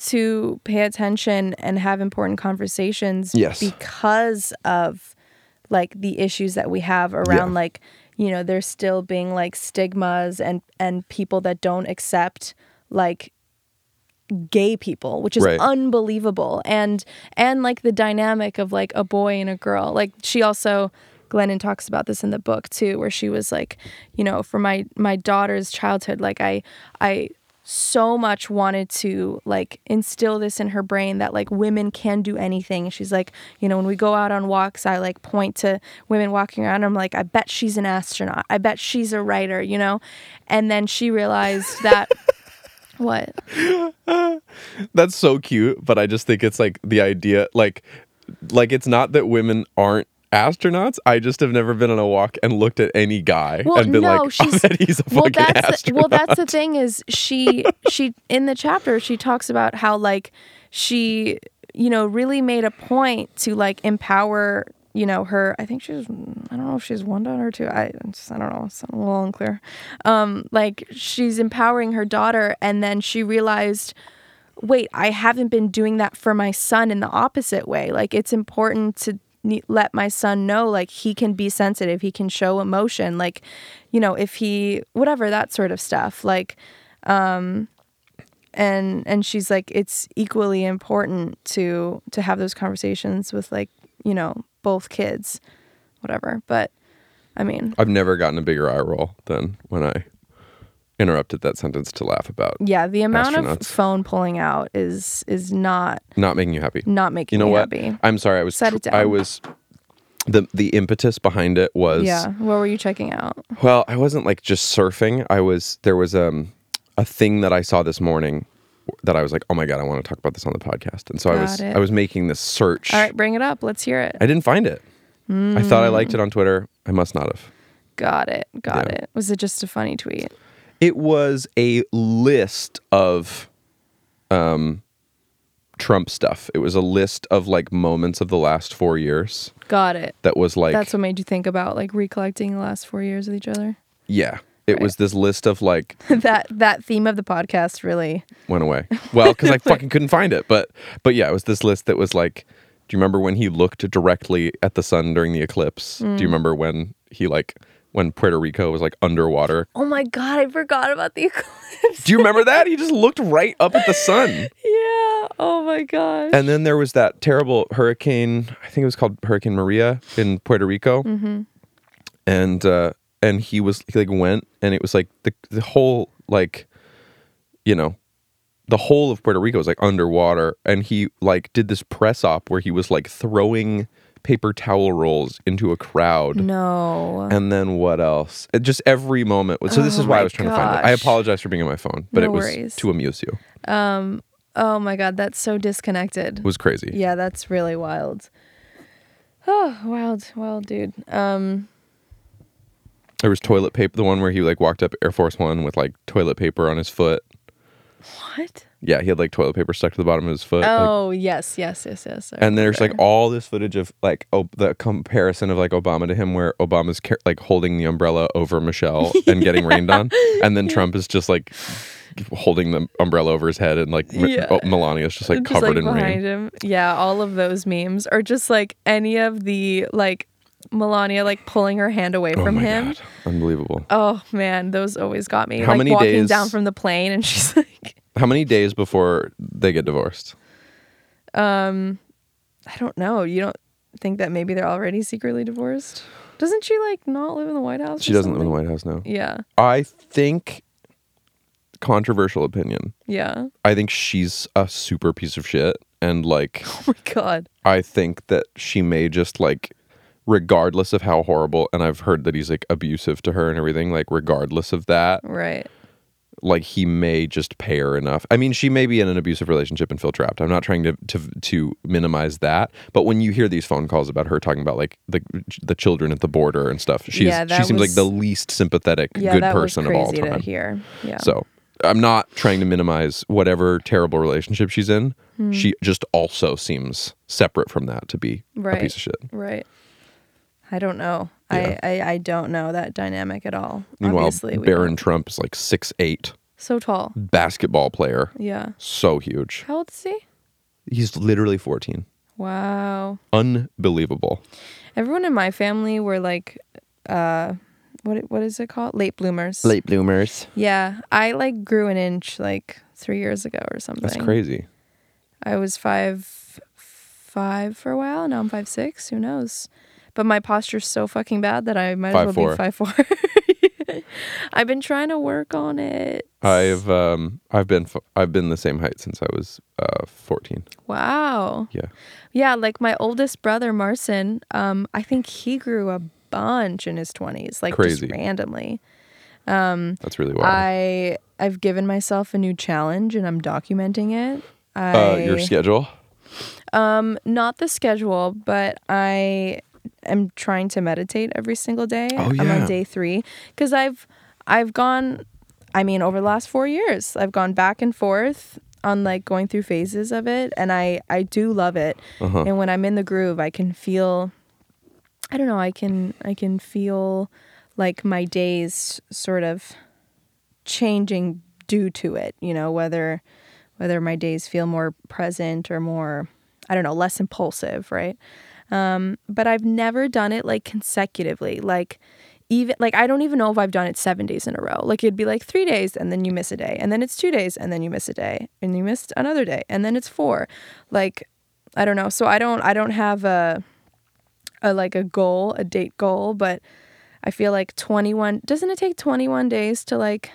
Speaker 2: to pay attention and have important conversations
Speaker 1: Yes.
Speaker 2: because of like the issues that we have around like you know there's still being like stigmas and and people that don't accept like gay people which is
Speaker 1: Right.
Speaker 2: unbelievable and and like the dynamic of like a boy and a girl like she also glennon talks about this in the book too where she was like you know for my my daughter's childhood like i i so much wanted to like instill this in her brain that like women can do anything she's like you know when we go out on walks i like point to women walking around i'm like i bet she's an astronaut i bet she's a writer you know and then she realized that what
Speaker 1: That's so cute, but I just think it's like the idea like like it's not that women aren't astronauts. I just have never been on a walk and looked at any guy
Speaker 2: Well,
Speaker 1: and been
Speaker 2: no,
Speaker 1: like, I
Speaker 2: she's-
Speaker 1: bet he's a fucking
Speaker 2: that's The,
Speaker 1: astronaut.
Speaker 2: well, that's the thing is she she in the chapter she talks about how like she you know really made a point to like empower you know her I think she's I don't know if she's one daughter or two I I'm just I don't know it's a little unclear um like she's empowering her daughter and then she realized wait, I haven't been doing that for my son in the opposite way. Like it's important to ne- let my son know like he can be sensitive, he can show emotion, like you know, if he whatever that sort of stuff. Like um and and she's like it's equally important to to have those conversations with like, you know, both kids whatever. But I mean,
Speaker 1: I've never gotten a bigger eye roll than when I interrupted that sentence to laugh about.
Speaker 2: yeah, the amount
Speaker 1: Astronauts.
Speaker 2: of phone pulling out is is not
Speaker 1: Not making you happy.
Speaker 2: not
Speaker 1: you
Speaker 2: making
Speaker 1: know
Speaker 2: me
Speaker 1: what?
Speaker 2: happy.
Speaker 1: I'm sorry, I was
Speaker 2: Set it
Speaker 1: I
Speaker 2: down.
Speaker 1: was the the impetus behind it was
Speaker 2: Yeah. What were you checking out?
Speaker 1: Well, I wasn't like just surfing. I was there was um a thing that I saw this morning that I was like, oh my god, I want to talk about this on the podcast. And so I
Speaker 2: Got
Speaker 1: was
Speaker 2: it.
Speaker 1: I was making this search.
Speaker 2: All right, bring it up. Let's hear it.
Speaker 1: I didn't find it. I thought I liked it
Speaker 2: Hmm.
Speaker 1: on Twitter. I must not have.
Speaker 2: Got it. Got
Speaker 1: Yeah.
Speaker 2: it. Was it just a funny tweet?
Speaker 1: It was a list of um Trump stuff. It was a list of like moments of the last four years
Speaker 2: Got it.
Speaker 1: that was like
Speaker 2: That's what made you think about like recollecting the last four years with each other.
Speaker 1: yeah. It was this list of like
Speaker 2: that that theme of the podcast really.
Speaker 1: went away. Well, because I fucking couldn't find it. But but yeah, it was this list that was like, do you remember when he looked directly at the sun during the eclipse? Do you remember when he like when Puerto Rico was like underwater.
Speaker 2: Oh my god, I forgot about the eclipse.
Speaker 1: Do you remember that? He just looked right up at the sun.
Speaker 2: yeah. Oh my gosh.
Speaker 1: And then there was that terrible hurricane. I think it was called Hurricane Maria in Puerto Rico.
Speaker 2: Mm-hmm.
Speaker 1: And uh, and he was he like went and it was like the the whole like, you know, the whole of Puerto Rico was like underwater. And he like did this press op where he was like throwing paper towel rolls into a crowd.
Speaker 2: Mm. no.
Speaker 1: And then what else? It just every moment. was- So this
Speaker 2: Oh
Speaker 1: is why
Speaker 2: my
Speaker 1: I was trying to find it. I
Speaker 2: gosh.
Speaker 1: apologize for being on my phone, but
Speaker 2: No
Speaker 1: it was
Speaker 2: worries.
Speaker 1: to amuse you.
Speaker 2: oh my god, that's so disconnected.
Speaker 1: It was crazy.
Speaker 2: Yeah, that's really wild. Oh, wild, wild dude. Um
Speaker 1: There was toilet paper, the one where he like walked up Air Force One with like toilet paper on his foot.
Speaker 2: what?
Speaker 1: Yeah, he had like toilet paper stuck to the bottom of his foot. like-
Speaker 2: Oh, yes, yes, yes, yes. I
Speaker 1: and there's like
Speaker 2: remember.
Speaker 1: all this footage of like oh, the comparison of like Obama to him, where Obama's car- like holding the umbrella over Michelle and getting rained on, and then Trump is just like holding the umbrella over his head, and like M-
Speaker 2: Yeah.
Speaker 1: oh, Melania's just like
Speaker 2: Just,
Speaker 1: covered in rain.
Speaker 2: behind him. Yeah, all of those memes or just like any of the like Melania like pulling her hand away
Speaker 1: oh
Speaker 2: from
Speaker 1: my
Speaker 2: him.
Speaker 1: god, unbelievable!
Speaker 2: Oh man, those always got me.
Speaker 1: How
Speaker 2: like
Speaker 1: many
Speaker 2: walking
Speaker 1: days-
Speaker 2: down from the plane and she's like
Speaker 1: How many days before they get divorced?
Speaker 2: um, I don't know. You don't think that maybe they're already secretly divorced? Doesn't she like not live in the White House?
Speaker 1: She doesn't live in the White House now.
Speaker 2: Yeah.
Speaker 1: I think controversial opinion.
Speaker 2: Yeah.
Speaker 1: I think she's a super piece of shit and like
Speaker 2: Oh my god.
Speaker 1: I think that she may just like regardless of how horrible and I've heard that he's like abusive to her and everything like regardless of that
Speaker 2: Right.
Speaker 1: like he may just pay her enough. I mean she may be in an abusive relationship and feel trapped. I'm not trying to to to minimize that, but when you hear these phone calls about her talking about like the the children at the border and stuff, she's
Speaker 2: Yeah,
Speaker 1: she
Speaker 2: that
Speaker 1: seems like
Speaker 2: was-
Speaker 1: the least sympathetic
Speaker 2: Yeah,
Speaker 1: good
Speaker 2: that
Speaker 1: person
Speaker 2: was
Speaker 1: of all
Speaker 2: crazy
Speaker 1: time.
Speaker 2: to hear. Yeah.
Speaker 1: So I'm not trying to minimize whatever terrible relationship she's in.
Speaker 2: Hmm.
Speaker 1: She just also seems separate from that to be a
Speaker 2: Right.
Speaker 1: piece of shit.
Speaker 2: Right. I don't know.
Speaker 1: Yeah.
Speaker 2: I, I I don't know that dynamic at all.
Speaker 1: Meanwhile,
Speaker 2: Obviously, we
Speaker 1: Baron
Speaker 2: don't.
Speaker 1: Trump is like six eight,
Speaker 2: so tall.
Speaker 1: basketball player,
Speaker 2: Yeah.
Speaker 1: so huge.
Speaker 2: How old is he?
Speaker 1: He's literally 14.
Speaker 2: Wow.
Speaker 1: Unbelievable.
Speaker 2: Everyone in my family were like, uh, what what is it called? Late bloomers.
Speaker 1: bloomers.
Speaker 2: Yeah, I like grew an inch like three years ago or something.
Speaker 1: That's crazy.
Speaker 2: I was five five for a while. Now I'm five six. Who knows? But my posture's so fucking bad that I might as well be five four. I've been trying to work on it.
Speaker 1: I've um I've been f- I've been the same height since I was uh 14.
Speaker 2: Wow.
Speaker 1: Yeah.
Speaker 2: Yeah, like my oldest brother Marcin, um, I think he grew a bunch in his twenties, like
Speaker 1: Crazy.
Speaker 2: just randomly.
Speaker 1: That's really wild.
Speaker 2: I I've given myself a new challenge and I'm documenting it. I
Speaker 1: uh your schedule?
Speaker 2: Um, not the schedule, but I am trying to meditate every single day.
Speaker 1: Oh,
Speaker 2: I'm
Speaker 1: yeah.
Speaker 2: on day three because I've I've gone. I mean, over the last four years, I've gone back and forth on like going through phases of it, and I I do love it.
Speaker 1: Uh-huh.
Speaker 2: And when I'm in the groove, I can feel. I don't know. I can I can feel like my days sort of changing due to it you know whether whether my days feel more present or more i don't know less impulsive right um but i've never done it like consecutively like even like i don't even know if i've done it 7 days in a row like it'd be like 3 days and then you miss a day and then it's 2 days and then you miss a day and you missed another day and then it's 4 like i don't know so i don't i don't have a a like a goal a date goal but i feel like 21 doesn't it take 21 days to like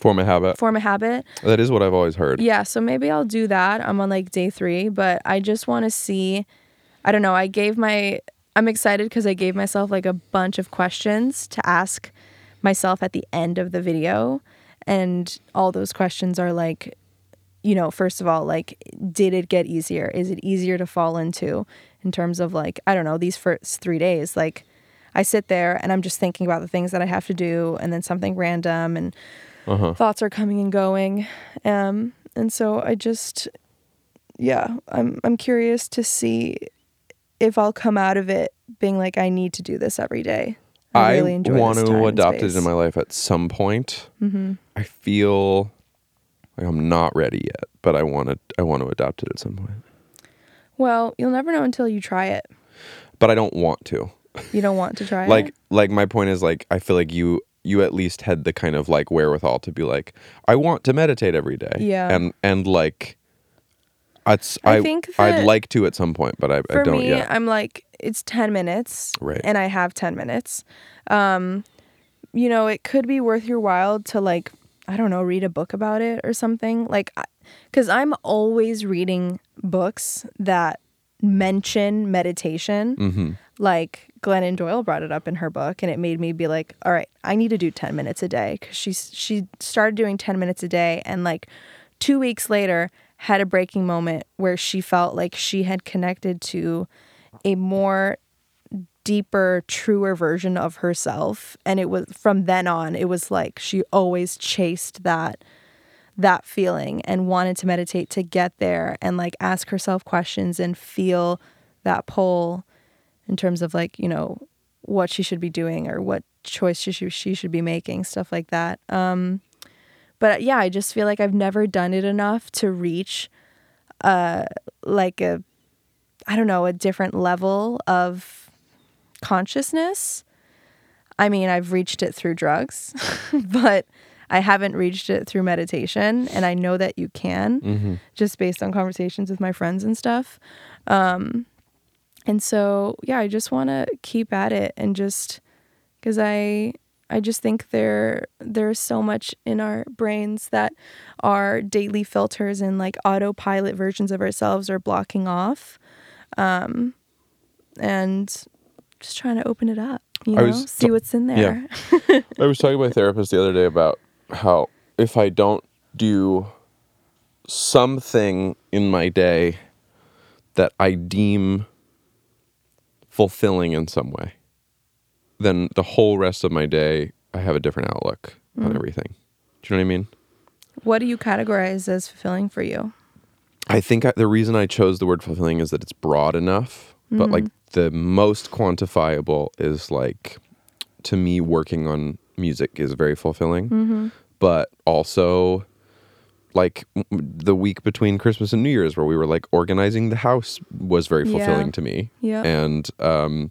Speaker 1: Form a habit.
Speaker 2: form a habit.
Speaker 1: That is what I've always heard.
Speaker 2: Yeah, so maybe I'll do that. I'm on like day three, but I just want to see. I don't know. I gave my. I'm excited because I gave myself like a bunch of questions to ask myself at the end of the video. And all those questions are like, you know, first of all, like, did it get easier? Is it easier to fall into in terms of like, I don't know, these first three days? Like, I sit there and I'm just thinking about the things that I have to do and then something random and thoughts are coming and going. Um, and so I just, yeah, I'm, I'm curious to see if I'll come out of it being like, I need to do this every day.
Speaker 1: I,
Speaker 2: really enjoy this
Speaker 1: want
Speaker 2: time
Speaker 1: to
Speaker 2: and
Speaker 1: adopt it
Speaker 2: space. Mm-hmm.
Speaker 1: in my life at some point. I feel like I'm not ready yet, but I want to. I want to adopt it at some point,
Speaker 2: Well, you'll never know until you try it.
Speaker 1: but I don't want to.
Speaker 2: You don't want to try
Speaker 1: like
Speaker 2: it?
Speaker 1: like my point is like I feel like you you at least had the kind of like wherewithal to be like I want to meditate every day.
Speaker 2: Yeah.
Speaker 1: And and like it's,
Speaker 2: I
Speaker 1: I,
Speaker 2: think that
Speaker 1: I'd like to at some point, but I, I
Speaker 2: For
Speaker 1: don't
Speaker 2: me,
Speaker 1: yet.
Speaker 2: I'm like, it's 10 minutes.
Speaker 1: Right.
Speaker 2: And I have 10 minutes. Um, you know, it could be worth your while to like, I don't know, read a book about it or something. Like, because I'm always reading books that mention meditation.
Speaker 1: Mhm.
Speaker 2: Like, Glennon Doyle brought it up in her book, and it made me be like, all right, I need to do 10 minutes a day. Because she, she started doing 10 minutes a day, and like two weeks later, had a breaking moment where she felt like she had connected to a more deeper, truer version of herself. And it was from then on, it was like she always chased that that feeling and wanted to meditate to get there and like ask herself questions and feel that pull in terms of like, you know, what she should be doing or what choice she should, she should be making, stuff like that. Um but yeah, I just feel like I've never done it enough to reach uh like a I don't know, a different level of consciousness. I mean, I've reached it through drugs, but I haven't reached it through meditation. And I know that you can just based on conversations with my friends and stuff. Um, and so, yeah, I just want to keep at it and just because I. I just think there there's so much in our brains that our daily filters and like autopilot versions of ourselves are blocking off um, and just trying to open it up, you
Speaker 1: I
Speaker 2: know,
Speaker 1: was-
Speaker 2: see what's in there.
Speaker 1: I was talking to my therapist the other day about how if I don't do something in my day that I deem fulfilling in some way, then the whole rest of my day I have a different outlook on everything. Do you know what I mean?
Speaker 2: What do you categorize as fulfilling for you?
Speaker 1: I think I, the reason I chose the word fulfilling is that it's broad enough, but like the most quantifiable is like to me working on music is very fulfilling, but also like m- m- the week between Christmas and New Year's where we were like organizing the house was very
Speaker 2: Yeah.
Speaker 1: fulfilling to me.
Speaker 2: Yep.
Speaker 1: And um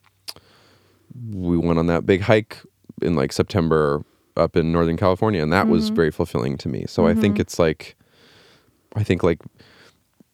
Speaker 1: we went on that big hike in like September up in Northern California and that
Speaker 2: Mm-hmm.
Speaker 1: was very fulfilling to me. So I think it's like I think like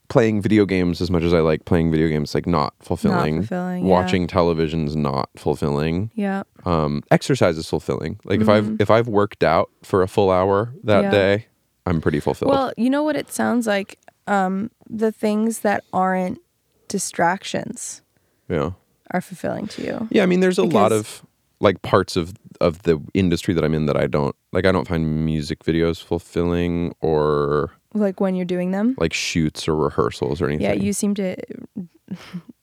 Speaker 1: playing video games as much as I like playing video games like not fulfilling.
Speaker 2: fulfilling, yeah.
Speaker 1: Watching television's not fulfilling.
Speaker 2: Yeah.
Speaker 1: Um exercise is fulfilling. Like if I've if I've worked out for a full hour that
Speaker 2: Mm-hmm. Yeah.
Speaker 1: day, I'm pretty fulfilled.
Speaker 2: Well, you know what it sounds like? Um, the things that aren't distractions
Speaker 1: yeah.
Speaker 2: are fulfilling to you.
Speaker 1: Yeah, I mean, there's a lot
Speaker 2: Because-
Speaker 1: of like parts of of the industry that I'm in that I don't like. I don't find music videos fulfilling or
Speaker 2: Like when you're doing them.
Speaker 1: like shoots or rehearsals or anything.
Speaker 2: Yeah, you seem to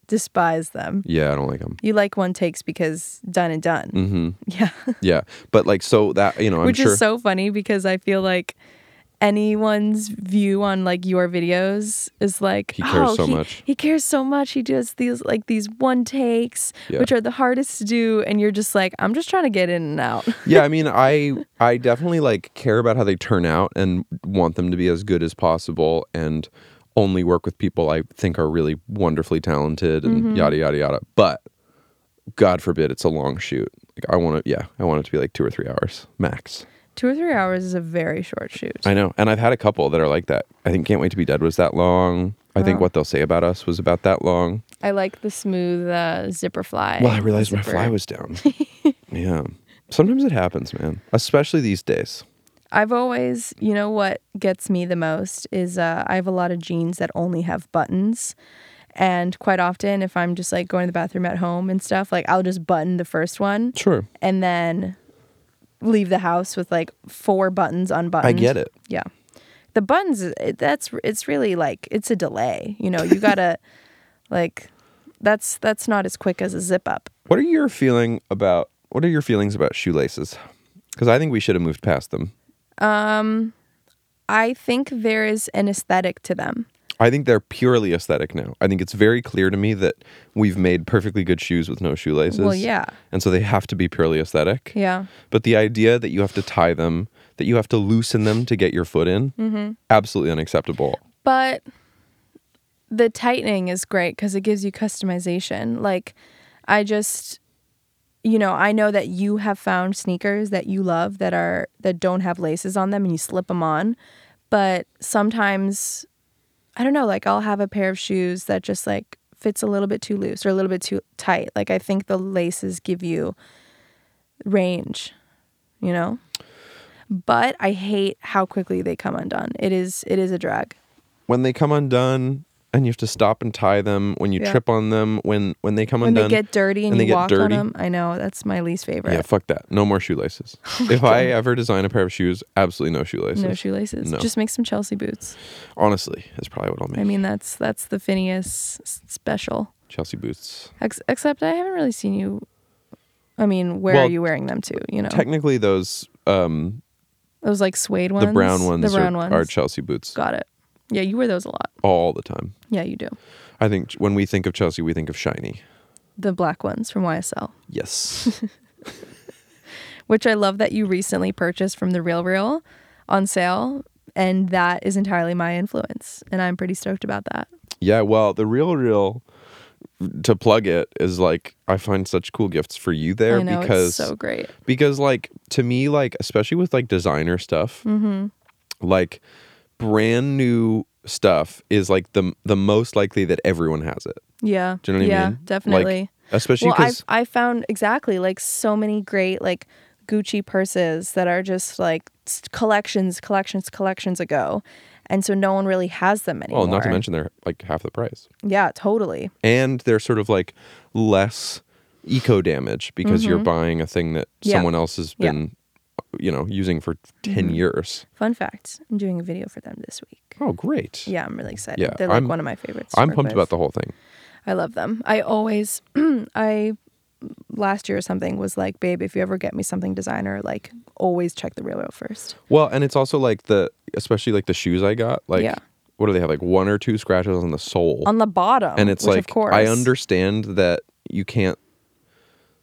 Speaker 2: despise them.
Speaker 1: Yeah, I don't like them.
Speaker 2: You like one takes because done and done.
Speaker 1: hmm
Speaker 2: Yeah.
Speaker 1: Yeah, but like so that you know, I'm
Speaker 2: Which
Speaker 1: sure.
Speaker 2: is so funny because I feel like anyone's view on like your videos is like
Speaker 1: He cares
Speaker 2: "Oh,
Speaker 1: so
Speaker 2: he-
Speaker 1: much."
Speaker 2: He cares so much. He does these like these one takes,
Speaker 1: Yeah.
Speaker 2: which are the hardest to do, and you're just like, I'm just trying to get in and out.
Speaker 1: yeah, I mean, I I definitely like care about how they turn out and want them to be as good as possible and only work with people I think are really wonderfully talented and yada yada yada. But God forbid it's a long shoot. Like I want to, yeah, I want it to be like two or three hours max.
Speaker 2: Two or three hours is a very short shoot.
Speaker 1: I know. And I've had a couple that are like that. I think Can't Wait to Be Dead was that long. I think What They'll Say About Us was about that long.
Speaker 2: I like the smooth uh, zipper fly.
Speaker 1: Well, I realized my
Speaker 2: zipper.
Speaker 1: fly was down. yeah. Sometimes it happens, man. Especially these days.
Speaker 2: I've always, you know, what gets me the most is uh, I have a lot of jeans that only have buttons. And quite often, if I'm just like going to the bathroom at home and stuff, like I'll just button the first one
Speaker 1: Sure.
Speaker 2: and then leave the house with like four buttons unbuttoned.
Speaker 1: I get it.
Speaker 2: Yeah. The buttons, it, that's, it's really like, it's a delay. You know, you gotta, like, that's, that's not as quick as a zip up.
Speaker 1: What are your feeling about what are your feelings about shoelaces? Because I think we should have moved past them.
Speaker 2: I think there is an aesthetic to them.
Speaker 1: I think they're purely aesthetic now. I think it's very clear to me that we've made perfectly good shoes with no shoelaces.
Speaker 2: Well, yeah.
Speaker 1: And so they have to be purely aesthetic.
Speaker 2: Yeah.
Speaker 1: But the idea that you have to tie them, that you have to loosen them to get your foot in,
Speaker 2: Mm-hmm.
Speaker 1: absolutely unacceptable.
Speaker 2: but the tightening is great because it gives you customization like i just you know, I know that you have found sneakers that you love that are that don't have laces on them and you slip them on, but sometimes I don't know, like I'll have a pair of shoes that just like fits a little bit too loose or a little bit too tight. Like I think the laces give you range, you know? But I hate how quickly they come undone. It is it is a drag.
Speaker 1: When they come undone and you have to stop and tie them, when you
Speaker 2: Yeah.
Speaker 1: trip on them, when when they come
Speaker 2: When
Speaker 1: undone
Speaker 2: they get dirty and,
Speaker 1: and they
Speaker 2: you
Speaker 1: get
Speaker 2: walk on
Speaker 1: dirty.
Speaker 2: them, I know that's my least favorite.
Speaker 1: Yeah, fuck that. No more shoelaces. if I ever design a pair of shoes, absolutely no shoelaces.
Speaker 2: no shoelaces.
Speaker 1: No.
Speaker 2: Just make some Chelsea boots.
Speaker 1: Honestly, that's probably what I'll make.
Speaker 2: I mean, that's that's the Phineas s- special.
Speaker 1: Chelsea boots.
Speaker 2: Ex- except I haven't really seen you. I mean, where
Speaker 1: Well,
Speaker 2: are you wearing them to? You know,
Speaker 1: Technically, those um,
Speaker 2: those like suede ones,
Speaker 1: the brown ones,
Speaker 2: the brown
Speaker 1: are,
Speaker 2: ones.
Speaker 1: are Chelsea boots
Speaker 2: Got it. Yeah, you wear those a lot.
Speaker 1: all the time.
Speaker 2: Yeah, you do.
Speaker 1: I think ch- when we think of Chelsea, we think of shiny.
Speaker 2: The black ones from YSL,
Speaker 1: Yes.
Speaker 2: which I love that you recently purchased from the Real Real on sale, and that is entirely my influence, and I'm pretty stoked about that.
Speaker 1: yeah. Well, the real real to plug it is like I find such cool gifts for you there
Speaker 2: I know
Speaker 1: because
Speaker 2: it's so great.
Speaker 1: because like to me like especially with like designer stuff
Speaker 2: Mm-hmm.
Speaker 1: like brand new stuff is like the the most likely that everyone has it
Speaker 2: Yeah.
Speaker 1: do you know what
Speaker 2: yeah,
Speaker 1: i mean Like,
Speaker 2: definitely.
Speaker 1: especially
Speaker 2: well, I've,
Speaker 1: because
Speaker 2: I found exactly like so many great like Gucci purses that are just like s- collections, collections, collections ago, and so no one really has them anymore.
Speaker 1: well not to mention they're like half the price
Speaker 2: yeah, totally.
Speaker 1: and they're sort of like less eco damage because you're buying a thing that
Speaker 2: Mm-hmm. Yeah.
Speaker 1: someone else has
Speaker 2: Yeah. Mm-hmm.
Speaker 1: been you know using for 10 years
Speaker 2: Fun fact: I'm doing a video for them this week.
Speaker 1: oh great
Speaker 2: Yeah, I'm really excited.
Speaker 1: Yeah,
Speaker 2: They're like
Speaker 1: I'm-
Speaker 2: one of my favorites. to
Speaker 1: i'm
Speaker 2: work
Speaker 1: pumped
Speaker 2: with.
Speaker 1: about the whole thing
Speaker 2: I love them. I always, I last year or something was like, babe, if you ever get me something designer, like always check the real real first.
Speaker 1: Well, and it's also like the especially like the shoes I got, like
Speaker 2: Yeah.
Speaker 1: what do they have? Like one or two scratches on the sole.
Speaker 2: On the bottom,
Speaker 1: and it's
Speaker 2: Um, which
Speaker 1: like
Speaker 2: of course
Speaker 1: I understand that you can't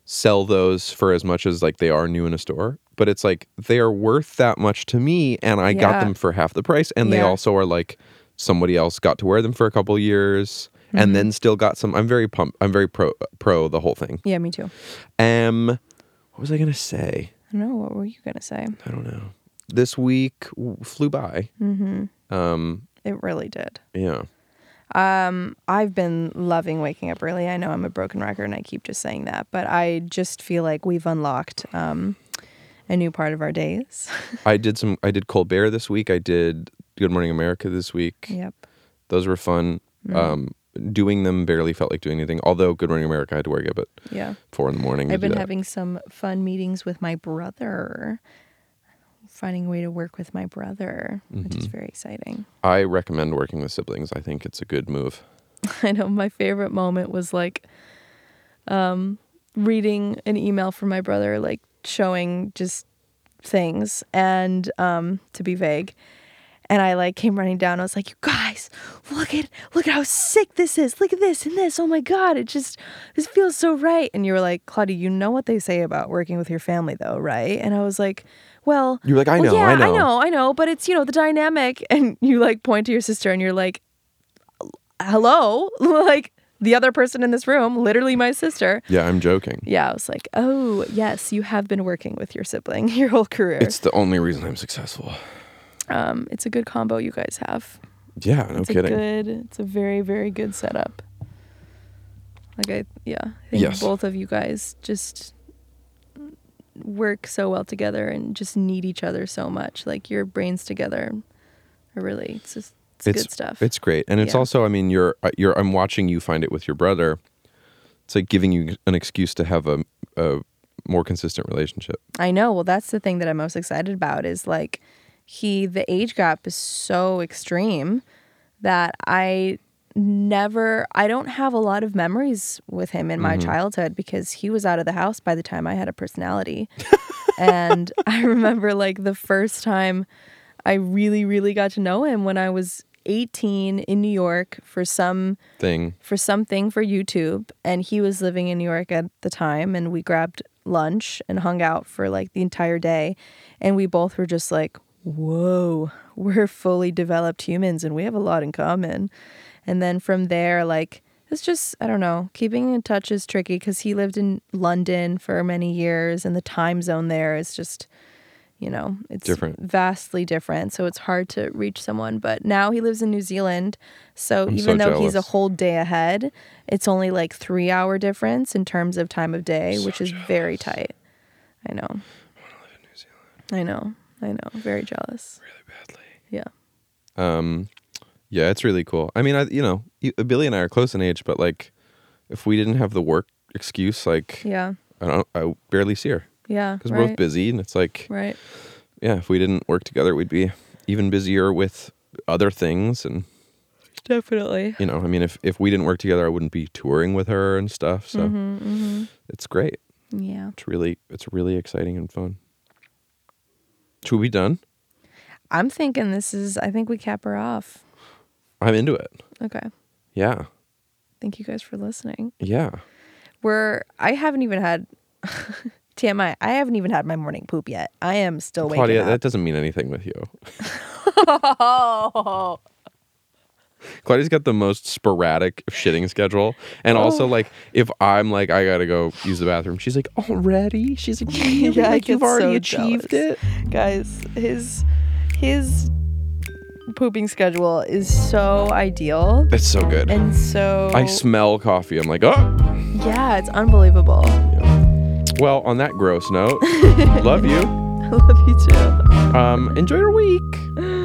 Speaker 1: sell those for as much as like they are new in a store, but it's like they are worth that much to me and I got
Speaker 2: Yeah.
Speaker 1: them for half the price and they
Speaker 2: Yeah.
Speaker 1: also are like somebody else got to wear them for a couple years and
Speaker 2: Mm-hmm.
Speaker 1: then still got some I'm very pumped. I'm very pro pro the whole thing.
Speaker 2: Yeah, me too.
Speaker 1: Um what was I going to say?
Speaker 2: I don't know what were you gonna say.
Speaker 1: I don't know. This week w- flew by.
Speaker 2: Mm. It really did.
Speaker 1: Yeah.
Speaker 2: I've been loving waking up early. I know I'm a broken record and I keep just saying that, but I just feel like we've unlocked um, a new part of our days.
Speaker 1: I did some. I did Colbert this week. I did Good Morning America this week.
Speaker 2: yep.
Speaker 1: Those were fun.
Speaker 2: Mm.
Speaker 1: Um, doing them barely felt like doing anything. Although Good Morning America, I had to wake up at
Speaker 2: Yeah.
Speaker 1: four in the morning. to
Speaker 2: I've
Speaker 1: do
Speaker 2: been
Speaker 1: that.
Speaker 2: having some fun meetings with my brother, finding a way to work with my brother, which
Speaker 1: Mm-hmm.
Speaker 2: is very exciting.
Speaker 1: I recommend working with siblings. I think it's a good move.
Speaker 2: I know my favorite moment was like um, reading an email from my brother, like showing just things and um, to be vague. And I like came running down. I was like, "You guys, look at look at how sick this is. Look at this and this. Oh my god, it just this feels so right." And you were like, "Claudia, you know what they say about working with your family, though, right?" And I was like, "Well,
Speaker 1: You were like, "I
Speaker 2: well,
Speaker 1: know, I
Speaker 2: yeah,
Speaker 1: know."
Speaker 2: I know, I know." But it's you know the dynamic, and you like point to your sister, and you're like, hello like the other person in this room literally my sister
Speaker 1: Yeah, I'm joking.
Speaker 2: yeah i was like oh yes you have been working with your sibling your whole career
Speaker 1: It's the only reason I'm successful.
Speaker 2: um it's a good combo you guys have
Speaker 1: Yeah, no
Speaker 2: it's
Speaker 1: kidding.
Speaker 2: a good it's a very very good setup like i yeah i think
Speaker 1: Yes.
Speaker 2: both of you guys just work so well together and just need each other so much like your brains together are really it's just it's, good stuff
Speaker 1: It's great, and it's
Speaker 2: Yeah.
Speaker 1: also. I mean, you're uh, you're. I'm watching you find it with your brother. It's like giving you an excuse to have a a more consistent relationship.
Speaker 2: I know. Well, that's the thing that I'm most excited about is like he the age gap is so extreme that I never I don't have a lot of memories with him in my childhood because he was out of the house by the time I had a personality. and I remember like the first time I really really got to know him when I was 18 in New York for some
Speaker 1: Thing.
Speaker 2: for something for YouTube, and he was living in New York at the time, and we grabbed lunch and hung out for like the entire day, and we both were just like, "Whoa, we're fully developed humans, and we have a lot in common." And then from there, like it's just I don't know. Keeping in touch is tricky because he lived in London for many years, and the time zone there is just, you know, it's
Speaker 1: Different.
Speaker 2: vastly different. So it's hard to reach someone. But now he lives in New Zealand, so
Speaker 1: I'm so
Speaker 2: even though he's a
Speaker 1: jealous.
Speaker 2: whole day ahead, it's only like three hour difference in terms of time of day, which is very tight. I know. I know. I know. Very jealous.
Speaker 1: badly.
Speaker 2: Yeah.
Speaker 1: Um, yeah, it's really cool. I mean, I you know, you- Billy and I are close in age, but like, if we didn't have the work excuse, like,
Speaker 2: Yeah.
Speaker 1: I don't, I barely see her
Speaker 2: Yeah.
Speaker 1: because
Speaker 2: right.
Speaker 1: we're both busy, and it's like,
Speaker 2: Right.
Speaker 1: yeah, if we didn't work together, we'd be even busier with other things, and
Speaker 2: Definitely.
Speaker 1: you know, I mean, if if we didn't work together, I wouldn't be touring with her and stuff. So
Speaker 2: Mm-hmm,
Speaker 1: it's great.
Speaker 2: Yeah.
Speaker 1: It's really, it's really exciting and fun. Should we be done?
Speaker 2: I'm thinking this is, I think we cap her off.
Speaker 1: I'm into it.
Speaker 2: Okay.
Speaker 1: Yeah,
Speaker 2: Thank you guys for listening.
Speaker 1: yeah.
Speaker 2: We're, I haven't even had, TMI, I haven't even had my morning poop yet. I am still waking
Speaker 1: Claudia, that
Speaker 2: up.
Speaker 1: doesn't mean anything with you.
Speaker 2: oh,
Speaker 1: Claudia's got the most sporadic shitting schedule. And
Speaker 2: Oh.
Speaker 1: also, like, if I'm like, I gotta go use the bathroom, she's like, already? She's like, really?
Speaker 2: Yeah, I
Speaker 1: like, you've
Speaker 2: get so
Speaker 1: already achieved
Speaker 2: jealous.
Speaker 1: it?
Speaker 2: guys, his, his pooping schedule is so ideal.
Speaker 1: It's so good.
Speaker 2: And so,
Speaker 1: I smell coffee. I'm like, oh.
Speaker 2: yeah, it's unbelievable.
Speaker 1: Well, on that gross note, love you.
Speaker 2: I love you too.
Speaker 1: Um, enjoy your week.